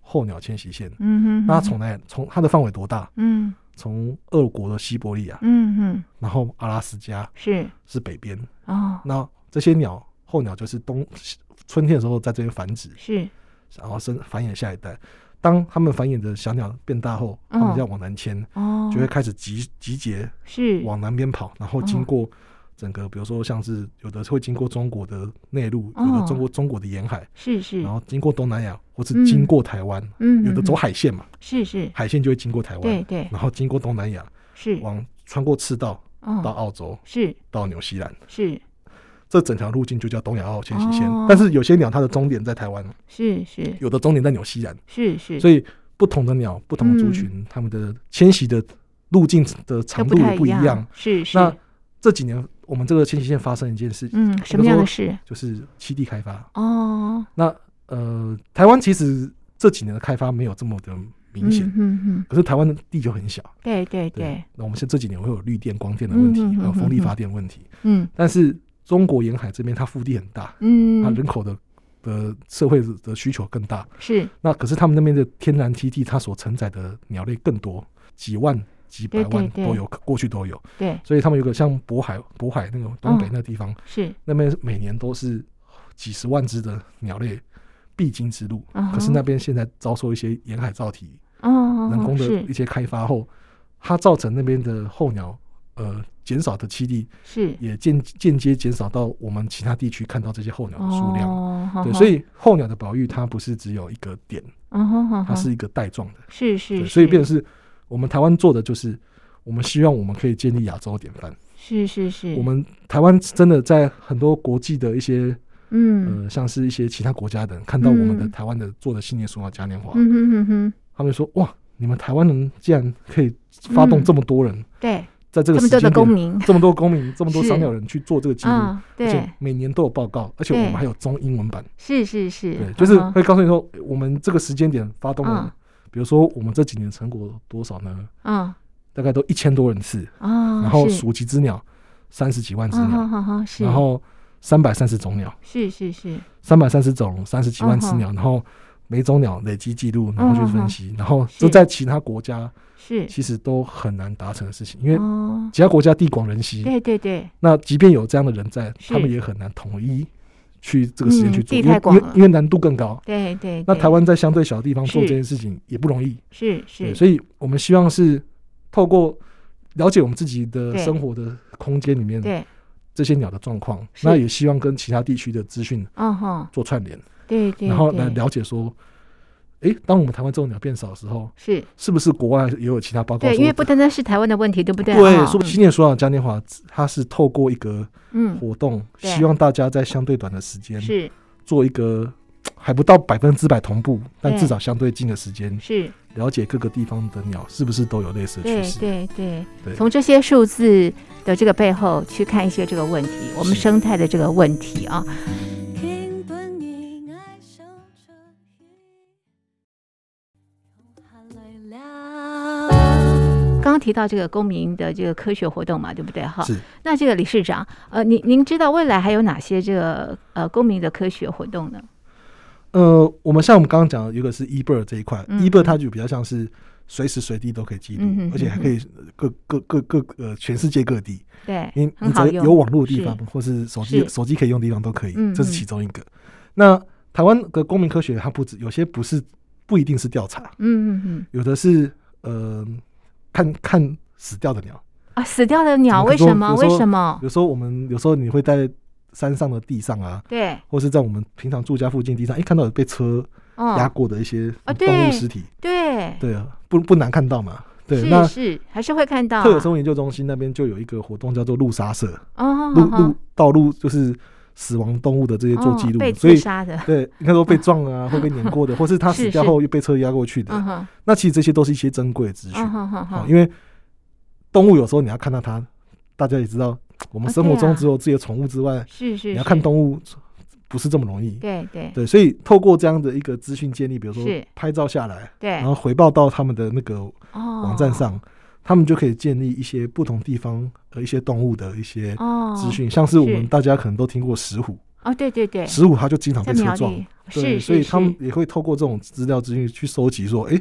Speaker 2: 候鸟迁徙线。
Speaker 1: 嗯哼，
Speaker 2: 那它从哪里？从它的范围多大？
Speaker 1: 嗯
Speaker 2: 从俄国的西伯利亚，
Speaker 1: 嗯哼
Speaker 2: 然后阿拉斯加
Speaker 1: 是
Speaker 2: 是北边。
Speaker 1: 哦
Speaker 2: 那这些鸟，候鸟就是冬春天的时候在这边繁殖，
Speaker 1: 是
Speaker 2: 然后生繁衍下一代。当它们繁衍的小鸟变大后，它
Speaker 1: 嗯
Speaker 2: 们就要往南迁，
Speaker 1: 哦，嗯
Speaker 2: 就会开始集集结
Speaker 1: 是
Speaker 2: 往南边跑，然后经过整个，比如说像是有的会经过中国的内陆，有
Speaker 1: 哦
Speaker 2: 的中国中国的沿海，
Speaker 1: 是是，
Speaker 2: 然后经过东南亚，或
Speaker 1: 嗯
Speaker 2: 是经过台湾，
Speaker 1: 嗯
Speaker 2: 有的
Speaker 1: 嗯
Speaker 2: 走
Speaker 1: 嗯
Speaker 2: 海线嘛，
Speaker 1: 是是，
Speaker 2: 海线就会经过台
Speaker 1: 对
Speaker 2: 湾，
Speaker 1: 对
Speaker 2: 然后经过东南亚，
Speaker 1: 是
Speaker 2: 往穿过赤道到
Speaker 1: 哦
Speaker 2: 澳洲，
Speaker 1: 是
Speaker 2: 到纽西兰，
Speaker 1: 是
Speaker 2: 这整条路径就叫东亚澳迁徙线
Speaker 1: 哦。
Speaker 2: 但是有些鸟它的终点在台湾，
Speaker 1: 是是
Speaker 2: 有的终点在纽西兰，
Speaker 1: 是是，
Speaker 2: 所以不同的鸟、不同的族
Speaker 1: 嗯
Speaker 2: 群，它们的迁徙的路径
Speaker 1: 这
Speaker 2: 的长度也
Speaker 1: 太
Speaker 2: 不一样
Speaker 1: 样。，是是
Speaker 2: 那这几年我们这个迁徙线发生一件事，
Speaker 1: 嗯什么样的事
Speaker 2: 就是栖地开发。
Speaker 1: 哦
Speaker 2: 那呃，台湾其实这几年的开发没有这么的明显
Speaker 1: 嗯，嗯嗯
Speaker 2: 可是台湾的地就很小。
Speaker 1: 对对对，
Speaker 2: 那我们现在这几年会有绿电、光电的问题，
Speaker 1: 嗯嗯嗯
Speaker 2: 还有风力
Speaker 1: 嗯
Speaker 2: 发电问题。
Speaker 1: 嗯
Speaker 2: 但是中国沿海这边它腹地很大，它
Speaker 1: 嗯
Speaker 2: 啊人口的的社会的需求更大。
Speaker 1: 是
Speaker 2: 那可是他们那边的天然栖地，它所承载的鸟类更多，几万、几百
Speaker 1: 对
Speaker 2: 万
Speaker 1: 对对
Speaker 2: 都有，过去都有。
Speaker 1: 对
Speaker 2: 所以他们有个像渤海、渤海那个东北
Speaker 1: 嗯
Speaker 2: 那个地方，
Speaker 1: 是
Speaker 2: 那边每年都是几十万只的鸟类必经之路。
Speaker 1: 嗯哼
Speaker 2: 可是那边现在遭受一些沿海造体、
Speaker 1: 哦哦
Speaker 2: 人工的
Speaker 1: 是
Speaker 2: 一些开发后，它造成那边的候鸟呃减少的栖地，
Speaker 1: 是
Speaker 2: 也间间接减少到我们其他地区看到这些候鸟的数量。
Speaker 1: 哦
Speaker 2: 对，所以候鸟的保育它不是只有一个点，
Speaker 1: 哦
Speaker 2: 它是一个带状的，
Speaker 1: 是是
Speaker 2: 对，
Speaker 1: 是，
Speaker 2: 所以变成是我们台湾做的就是，我们希望我们可以建立亚洲典范。
Speaker 1: 是是是
Speaker 2: 我们台湾真的在很多国际的一些
Speaker 1: 嗯
Speaker 2: 呃，像是一些其他国家的人看到我们的
Speaker 1: 嗯
Speaker 2: 台湾的做的新年书啊嘉年华，
Speaker 1: 嗯哼哼哼
Speaker 2: 他们说哇，你们台湾人竟然可以发动这么多人
Speaker 1: 对
Speaker 2: 在
Speaker 1: 这
Speaker 2: 这
Speaker 1: 么
Speaker 2: 个时
Speaker 1: 多的
Speaker 2: 间点
Speaker 1: 公民
Speaker 2: 这么多公民，这么多
Speaker 1: 是
Speaker 2: 赏鸟人去做这个记录，
Speaker 1: 啊
Speaker 2: 而
Speaker 1: 对
Speaker 2: 且每年都有报告，而且我
Speaker 1: 对
Speaker 2: 们还有中英文版，
Speaker 1: 是是是，
Speaker 2: 对，就是
Speaker 1: 嗯哼
Speaker 2: 会告诉你说我们这个时间点发动
Speaker 1: 嗯
Speaker 2: 了，比如说我们这几年成果多少呢？
Speaker 1: 嗯
Speaker 2: 大概都一千多人次，
Speaker 1: 哦，
Speaker 2: 然后
Speaker 1: 是
Speaker 2: 数几只鸟，三十几万只
Speaker 1: 啊
Speaker 2: 鸟，
Speaker 1: 好好好是，
Speaker 2: 然后三百三十种鸟，
Speaker 1: 是是是
Speaker 2: 三百三十种，三十几
Speaker 1: 嗯
Speaker 2: 万只鸟，然后每种鸟累积记录，然后去分析，然后这
Speaker 1: 是
Speaker 2: 在其他国家
Speaker 1: 是，
Speaker 2: 其实都很难达成的事情，因为
Speaker 1: 哦，
Speaker 2: 其他国家地广人稀，
Speaker 1: 对对对，
Speaker 2: 那即便有这样的人在，
Speaker 1: 是
Speaker 2: 他们也很难统一去这个时间去
Speaker 1: 嗯
Speaker 2: 做，
Speaker 1: 地
Speaker 2: 因
Speaker 1: 太
Speaker 2: 为
Speaker 1: 广
Speaker 2: 因为
Speaker 1: 了
Speaker 2: 因为难度更高。
Speaker 1: 对对，
Speaker 2: 那
Speaker 1: 对
Speaker 2: 台湾在相对小地方做
Speaker 1: 嗯是
Speaker 2: 这件事情也不容易，
Speaker 1: 是
Speaker 2: 对，
Speaker 1: 是，
Speaker 2: 所以我们希望是透过了解我们自己的
Speaker 1: 对
Speaker 2: 生活的空间里面
Speaker 1: 对，
Speaker 2: 这些鸟的状况，
Speaker 1: 是
Speaker 2: 那也希望跟其他地区的资讯
Speaker 1: 哦哈，
Speaker 2: 做串联，
Speaker 1: 对对，
Speaker 2: 然后来
Speaker 1: 对
Speaker 2: 了解说，诶，当我们台湾这种鸟变少的时候，
Speaker 1: 是
Speaker 2: 是不是国外也有其他报告
Speaker 1: 对，
Speaker 2: 说？
Speaker 1: 因为不单单是台湾的问题，对不对？
Speaker 2: 对，
Speaker 1: 哦
Speaker 2: 说新年说到嘉年华，它是透过一个
Speaker 1: 嗯
Speaker 2: 活动，
Speaker 1: 对
Speaker 2: 希望大家在相对短的时间
Speaker 1: 嗯是
Speaker 2: 做一个还不到百分之百同步，但
Speaker 1: 对
Speaker 2: 至少相对近的时间，
Speaker 1: 是，
Speaker 2: 了解各个地方的鸟是不是都有类似的趋
Speaker 1: 对
Speaker 2: 势。
Speaker 1: 对对，
Speaker 2: 对
Speaker 1: 从这些数字的这个背后去看一些这个问题，我们
Speaker 2: 是
Speaker 1: 生态的这个问题啊。
Speaker 3: 听本应爱上这一，用含泪了。
Speaker 1: 刚刚提到这个公民的这个科学活动嘛，对不对？哈，
Speaker 2: 是
Speaker 1: 那这个理事长，呃，您您知道未来还有哪些这个呃公民的科学活动呢？
Speaker 2: 呃，我们像我们刚刚讲的，一个是 eBird 这一块
Speaker 1: 嗯
Speaker 2: ，eBird 它就比较像是随时随地都可以记录
Speaker 1: 嗯哼，
Speaker 2: 而且还可以各各各各呃全世界各地，
Speaker 1: 对，
Speaker 2: 你你
Speaker 1: 很
Speaker 2: 只
Speaker 1: 好
Speaker 2: 要
Speaker 1: 用，
Speaker 2: 有网络的地
Speaker 1: 是
Speaker 2: 方或是手机
Speaker 1: 是
Speaker 2: 手机可以用的地方都可以
Speaker 1: 嗯，
Speaker 2: 这是其中一个。那台湾的公民科学它不止有些不是不一定是调查，
Speaker 1: 嗯嗯嗯，
Speaker 2: 有的是呃看看死掉的鸟，
Speaker 1: 啊，死掉的鸟为
Speaker 2: 比如
Speaker 1: 什
Speaker 2: 说
Speaker 1: 么？
Speaker 2: 比如
Speaker 1: 为
Speaker 2: 说
Speaker 1: 什么？
Speaker 2: 有时候我们有时候你会在山上的地上啊，
Speaker 1: 对，
Speaker 2: 或是在我们平常住家附近地上，哎，看到有被车压
Speaker 1: 嗯，
Speaker 2: 过的一些
Speaker 1: 啊
Speaker 2: 动
Speaker 1: 对
Speaker 2: 物尸体，
Speaker 1: 对，
Speaker 2: 对啊，不不难看到嘛。对，那
Speaker 1: 是是，还是会看到啊。
Speaker 2: 特有生物研究中心那边就有一个活动叫做路杀社，
Speaker 1: 哦，
Speaker 2: 路
Speaker 1: 好好
Speaker 2: 路道路就是死亡动物的这些做记
Speaker 1: 哦
Speaker 2: 录
Speaker 1: 被
Speaker 2: 的，所
Speaker 1: 自
Speaker 2: 以
Speaker 1: 杀的，
Speaker 2: 对，应该说被撞啊，会被碾
Speaker 1: [LAUGHS]
Speaker 2: 过的，或是它
Speaker 1: 是
Speaker 2: 死掉
Speaker 1: 是
Speaker 2: 后又被车压过去的
Speaker 1: 嗯，哼，
Speaker 2: 那其实这些都是一些珍贵的资讯
Speaker 1: 嗯。哼哼
Speaker 2: 好，
Speaker 1: 哼，
Speaker 2: 因为动物有时候你要看到它，大家也知道，我们
Speaker 1: 啊
Speaker 2: 生活
Speaker 1: 对
Speaker 2: 中
Speaker 1: 啊
Speaker 2: 只有自己的宠物之外，
Speaker 1: 是是，
Speaker 2: 你要看
Speaker 1: 是，
Speaker 2: 动物不是这么容易。
Speaker 1: 对对
Speaker 2: 对，所以透过这样的一个资讯建立，比如说
Speaker 1: 是
Speaker 2: 拍照下来，
Speaker 1: 对
Speaker 2: 然，后回报到他们的那个
Speaker 1: 哦，
Speaker 2: 网站上，他们就可以建立一些不同地方呃一些动物的一些
Speaker 1: 哦
Speaker 2: 资讯，像是我们
Speaker 1: 是
Speaker 2: 大家可能都听过石虎，
Speaker 1: 哦，对对对，
Speaker 2: 石虎它就经常
Speaker 1: 在
Speaker 2: 被车
Speaker 1: 苗
Speaker 2: 撞，
Speaker 1: 栗
Speaker 2: 对，
Speaker 1: 是，
Speaker 2: 所以
Speaker 1: 是
Speaker 2: 他们
Speaker 1: 是
Speaker 2: 也会透过这种资料资讯去收集说，哎、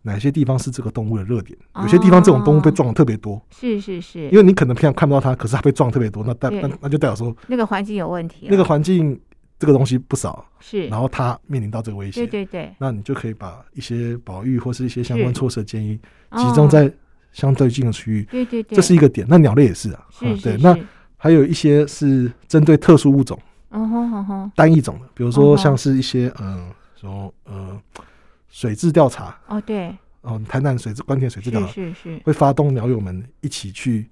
Speaker 2: 哪些地方是这个动物的热点？有些地方这种动物被
Speaker 1: 哦
Speaker 2: 撞的特别多，
Speaker 1: 是是是，
Speaker 2: 因为你可能平常看不到它，可是它被撞得特别多，那代
Speaker 1: 对
Speaker 2: 那那就代表说
Speaker 1: 那个环境有问题了，
Speaker 2: 那个环境这个东西不少，
Speaker 1: 是，
Speaker 2: 然后它面临到这个威胁
Speaker 1: 对，对对，
Speaker 2: 那你就可以把一些保育或是一些相关
Speaker 1: 是
Speaker 2: 措施的建议集
Speaker 1: 哦
Speaker 2: 中在相对近的区域，
Speaker 1: 对对对，
Speaker 2: 这是一个点。那鸟类也是啊，
Speaker 1: 是
Speaker 2: 啊
Speaker 1: 是
Speaker 2: 对，
Speaker 1: 是
Speaker 2: 那还有一些是针对特殊物种、
Speaker 1: 哦吼吼吼，
Speaker 2: 单一种的，比如
Speaker 1: 哦
Speaker 2: 说
Speaker 1: 吼
Speaker 2: 像是一些嗯，什么呃水质调查，
Speaker 1: 哦对，
Speaker 2: 哦，台南水质关田水质调
Speaker 1: 是
Speaker 2: 查
Speaker 1: 是是，
Speaker 2: 会发动鸟友们一起去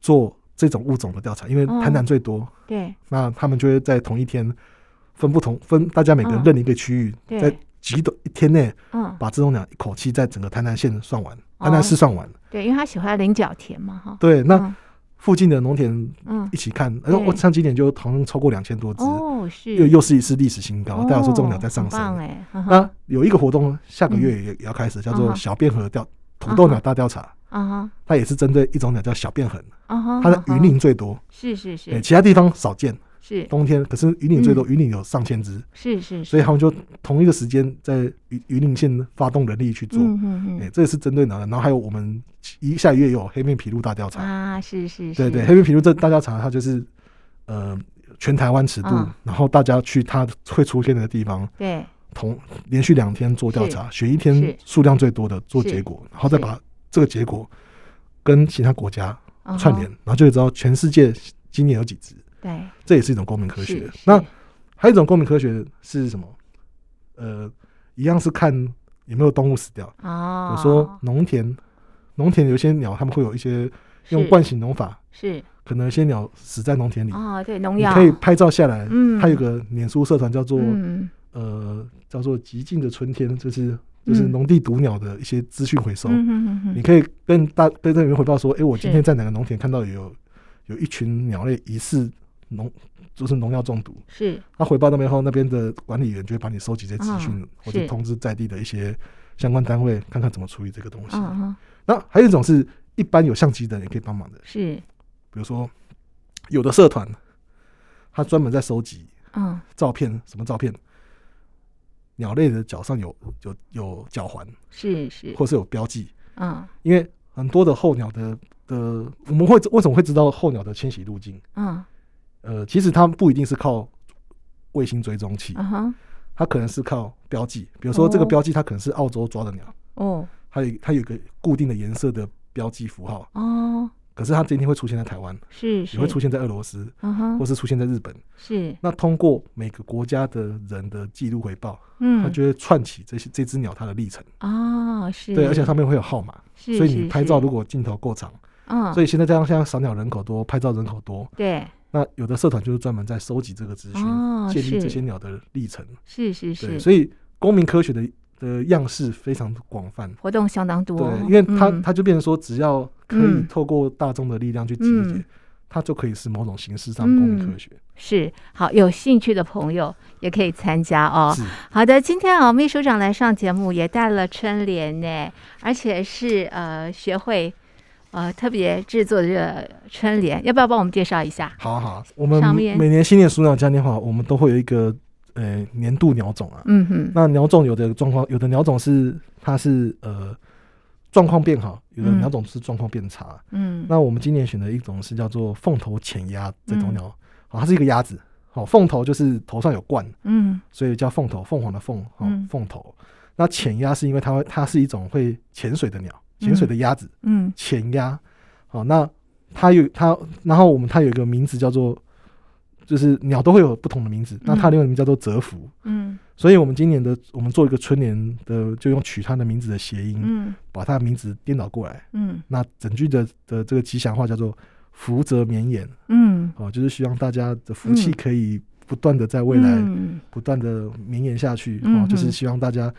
Speaker 2: 做这种物种的调查，因为
Speaker 1: 哦
Speaker 2: 台南最多，
Speaker 1: 对
Speaker 2: 那他们就会在同一天分不同分，大家每个人
Speaker 1: 嗯
Speaker 2: 认一个区域，
Speaker 1: 对
Speaker 2: 在极短一天内
Speaker 1: 嗯
Speaker 2: 把这种鸟一口气在整个台南县算完，
Speaker 1: 哦
Speaker 2: 台南市算完。
Speaker 1: 对，因为他喜欢菱角田嘛哈，
Speaker 2: 对，那
Speaker 1: 嗯
Speaker 2: 附近的农田
Speaker 1: 嗯
Speaker 2: 一起看，哎呦，
Speaker 1: 对
Speaker 2: 我像今年就好像超过两千多只，
Speaker 1: 哦是
Speaker 2: 又又是一次历史新高，代表说这种鸟在
Speaker 1: 哦
Speaker 2: 上
Speaker 1: 很棒
Speaker 2: 升。
Speaker 1: 哎，哈哈
Speaker 2: 那有一个活动下个月也也要开始，叫
Speaker 1: 嗯
Speaker 2: 做
Speaker 1: 哼
Speaker 2: 小便河调土豆
Speaker 1: 嗯
Speaker 2: 鸟
Speaker 1: 哼
Speaker 2: 大调查。
Speaker 1: 啊哈
Speaker 2: 它也是针对一种鸟叫小便痕，
Speaker 1: 啊哈，
Speaker 2: 它的
Speaker 1: 啊
Speaker 2: 鱼
Speaker 1: 哈
Speaker 2: 鳞最多，
Speaker 1: 是是嗯
Speaker 2: 对，
Speaker 1: 是
Speaker 2: 其他地方少见。
Speaker 1: 是
Speaker 2: 冬天可是鱼鳞最多，鱼鳞有上千只，
Speaker 1: 是是，
Speaker 2: 所以
Speaker 1: 是
Speaker 2: 他们就同一个时间在鱼鱼鳞县发动人力去做。
Speaker 1: 嗯嗯
Speaker 2: 哎，
Speaker 1: 嗯
Speaker 2: 这也是针对鸟的。然后还有我们一下个月有黑面琵鹭大调查，
Speaker 1: 啊是是
Speaker 2: 对
Speaker 1: 是，
Speaker 2: 对，黑面琵鹭这大调查它就是呃全台湾尺度
Speaker 1: 嗯，
Speaker 2: 然后大家去它会出现的地方，
Speaker 1: 对
Speaker 2: 同连续两天做调查，选一
Speaker 1: 是
Speaker 2: 天数量最多的做
Speaker 1: 是
Speaker 2: 结果，然后再
Speaker 1: 是
Speaker 2: 把这个结果跟其他国家
Speaker 1: 啊
Speaker 2: 串
Speaker 1: 哈
Speaker 2: 联，然后就会知道全世界今年有几只，
Speaker 1: 对
Speaker 2: 这也是一种公民科
Speaker 1: 是。
Speaker 2: 学
Speaker 1: 是
Speaker 2: 那还有一种公民科学是什么？呃，一样是看有没有动物死掉。比
Speaker 1: 哦
Speaker 2: 如说农田，农田有些鸟，它们会有一些用
Speaker 1: 是
Speaker 2: 惯性农法，
Speaker 1: 是
Speaker 2: 可能有些鸟死在农田里，
Speaker 1: 哦对农
Speaker 2: 你
Speaker 1: 药
Speaker 2: 可以拍照下来。
Speaker 1: 嗯
Speaker 2: 它有个脸书社团叫做
Speaker 1: 嗯
Speaker 2: 呃叫做“极尽的春天”，就是就是
Speaker 1: 嗯
Speaker 2: 农地毒鸟的一些资讯回收。
Speaker 1: 嗯嗯嗯
Speaker 2: 你
Speaker 1: 嗯
Speaker 2: 可以跟大跟这里面回报说，哎、我今
Speaker 1: 是
Speaker 2: 天在哪个农田看到有有一群鸟类疑似农就是农药中毒，
Speaker 1: 是
Speaker 2: 他回报那边后，那边的管理员就会帮你收集这些资讯，
Speaker 1: 嗯
Speaker 2: 或者
Speaker 1: 是
Speaker 2: 通知在地的一些相关单位，看看怎么处理这个东西。
Speaker 1: 嗯嗯
Speaker 2: 那、还有一种是一般有相机的人也可以帮忙的，
Speaker 1: 是
Speaker 2: 比如说有的社团，他专门在收集
Speaker 1: 嗯
Speaker 2: 照片，什么照片？鸟类的脚上有有有脚环，
Speaker 1: 是是
Speaker 2: 或是有标记，
Speaker 1: 嗯
Speaker 2: 因为很多的候鸟的的，我们会为什么会知道候鸟的迁徙路径？
Speaker 1: 嗯
Speaker 2: 呃，其实它不一定是靠卫星追踪器，
Speaker 1: 嗯哼
Speaker 2: 它可能是靠标记。比如说这个
Speaker 1: 哦
Speaker 2: 标记，它可能是澳洲抓的鸟，
Speaker 1: 哦
Speaker 2: 它有它有一个固定的颜色的标记符号，
Speaker 1: 哦
Speaker 2: 可是它今天会出现在台湾，
Speaker 1: 是是
Speaker 2: 也会出现在俄罗斯，
Speaker 1: 嗯哼
Speaker 2: 或是出现在日本。
Speaker 1: 是
Speaker 2: 那通过每个国家的人的记录回报，它
Speaker 1: 嗯
Speaker 2: 就会串起这些这只鸟它的历程。
Speaker 1: 哦是
Speaker 2: 对，而且上面会有号码，
Speaker 1: 是
Speaker 2: 所以
Speaker 1: 是
Speaker 2: 你拍照
Speaker 1: 是
Speaker 2: 如果镜头够长，
Speaker 1: 嗯
Speaker 2: 所以现在加上现在赏鸟人口多，拍照人口多，
Speaker 1: 对
Speaker 2: 那有的社团就是专门在收集这个资讯，
Speaker 1: 哦
Speaker 2: 建立
Speaker 1: 是
Speaker 2: 这些鸟的历程。
Speaker 1: 是是是
Speaker 2: 对，所以公民科学的的样式非常广泛。
Speaker 1: 活动相当多
Speaker 2: 对，因为它
Speaker 1: 嗯
Speaker 2: 它就变成说，只要可以
Speaker 1: 嗯
Speaker 2: 透过大众的力量去集
Speaker 1: 嗯
Speaker 2: 结，它就可以是某种形式上的公民科学。
Speaker 1: 是好有兴趣的朋友也可以参加哦
Speaker 2: 是。
Speaker 1: 好的，今天哦，秘书长来上节目也带了春联呢，而且是呃学会呃特别制作的这个春联，要不要帮我们介绍一下？
Speaker 2: 好啊好啊，我们
Speaker 1: 上面
Speaker 2: 每年新年鼠鸟嘉年华，我们都会有一个呃年度鸟种啊。
Speaker 1: 嗯哼，
Speaker 2: 那鸟种有的状况，有的鸟种是它是呃状况变好，有的
Speaker 1: 嗯
Speaker 2: 鸟种是状况变差。
Speaker 1: 嗯
Speaker 2: 那我们今年选的一种是叫做凤头浅鸭这种
Speaker 1: 嗯
Speaker 2: 鸟，好、它是一个鸭子，好、凤头就是头上有冠，
Speaker 1: 嗯
Speaker 2: 所以叫凤头，凤凰的凤，好、
Speaker 1: 嗯
Speaker 2: 凤头。那浅鸭是因为它会，它是一种会潜水的鸟，潜水的鸭子，
Speaker 1: 嗯
Speaker 2: 浅鸭，好，那它有它，然后我们它有一个名字叫做，就是鸟都会有不同的名字，那它另外一个名字叫做蛰伏。
Speaker 1: 嗯
Speaker 2: 所以我们今年的我们做一个春联的，就用取它的名字的谐音，
Speaker 1: 嗯
Speaker 2: 把它的名字颠倒过来。
Speaker 1: 嗯
Speaker 2: 那整句的的这个吉祥话叫做“福泽绵延”
Speaker 1: 嗯，
Speaker 2: 哦，就是希望大家的福气
Speaker 1: 嗯
Speaker 2: 可以不断的在未来、
Speaker 1: 嗯
Speaker 2: 不断的绵延下去、
Speaker 1: 嗯
Speaker 2: 哦，
Speaker 1: 哼
Speaker 2: 就是希望大家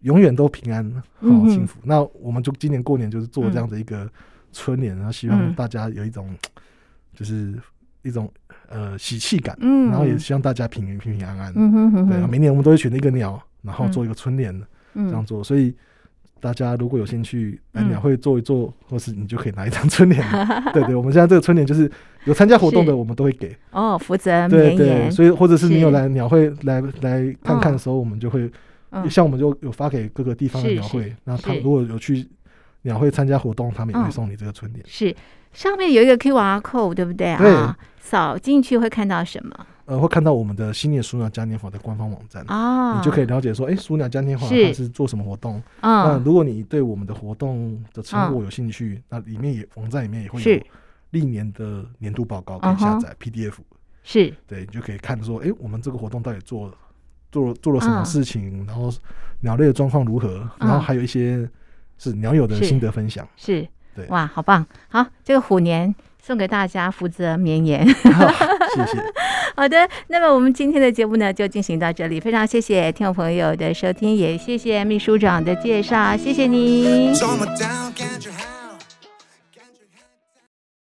Speaker 2: 永远都平安
Speaker 1: 嗯
Speaker 2: 哦
Speaker 1: 哼
Speaker 2: 幸福。那我们就今年过年就是做这样的一个春联，然后希望
Speaker 1: 嗯
Speaker 2: 大家有一种、就是一种呃喜气感，
Speaker 1: 嗯
Speaker 2: 然后也希望大家平平平安安。
Speaker 1: 嗯哼哼
Speaker 2: 对啊，
Speaker 1: 哼，
Speaker 2: 每年我们都会选一个鸟，然后做一个春联、
Speaker 1: 嗯
Speaker 2: 这样做，所以。大家如果有兴趣来
Speaker 1: 嗯
Speaker 2: 鸟会做一做，或是你就可以拿一
Speaker 1: [LAUGHS]
Speaker 2: 张春联了。对对，我们现在这个春联就是有参加活动
Speaker 1: 是
Speaker 2: 的，我们都会给。
Speaker 1: 哦，福泽
Speaker 2: 对
Speaker 1: 绵
Speaker 2: 对，
Speaker 1: 延，
Speaker 2: 所以或者是你有
Speaker 1: 是
Speaker 2: 来鸟会来来看看的
Speaker 1: 嗯
Speaker 2: 时候，我们就会、
Speaker 1: 嗯
Speaker 2: 像我们就有发给各个地方的
Speaker 1: 是
Speaker 2: 鸟会
Speaker 1: 是，
Speaker 2: 那他
Speaker 1: 是
Speaker 2: 如果有去鸟会参加活动，他们也会
Speaker 1: 嗯
Speaker 2: 送你这个春联。
Speaker 1: 是上面有一个 QR code，对不对啊？扫进去会看到什么
Speaker 2: 呃，会看到我们的新年鼠鸟嘉年华的官方网站，
Speaker 1: 啊？
Speaker 2: 你就可以了解说，哎、鼠鸟嘉年华
Speaker 1: 是
Speaker 2: 它是做什么活动。那
Speaker 1: 嗯
Speaker 2: 如果你对我们的活动的成果有兴趣，那里面也网站里面也会有
Speaker 1: 是嗯
Speaker 2: 历年的年度报告可以下载 PDF，、
Speaker 1: 是
Speaker 2: 对你就可以看说，哎、我们这个活动到底做了做了做了什么事情，然后鸟类的状况如何，然后还有一些是鸟友的
Speaker 1: 是
Speaker 2: 心得分享。 [LAUGHS]
Speaker 1: 是
Speaker 2: 对，
Speaker 1: 哇，好棒！好，这个虎年送给大家福泽绵延。 [LAUGHS]
Speaker 2: 谢谢。
Speaker 1: 好的，那么我们今天的节目呢就进行到这里，非常谢谢听众朋友的收听，也谢谢秘书长的介绍，谢谢您。
Speaker 4: Summer down, can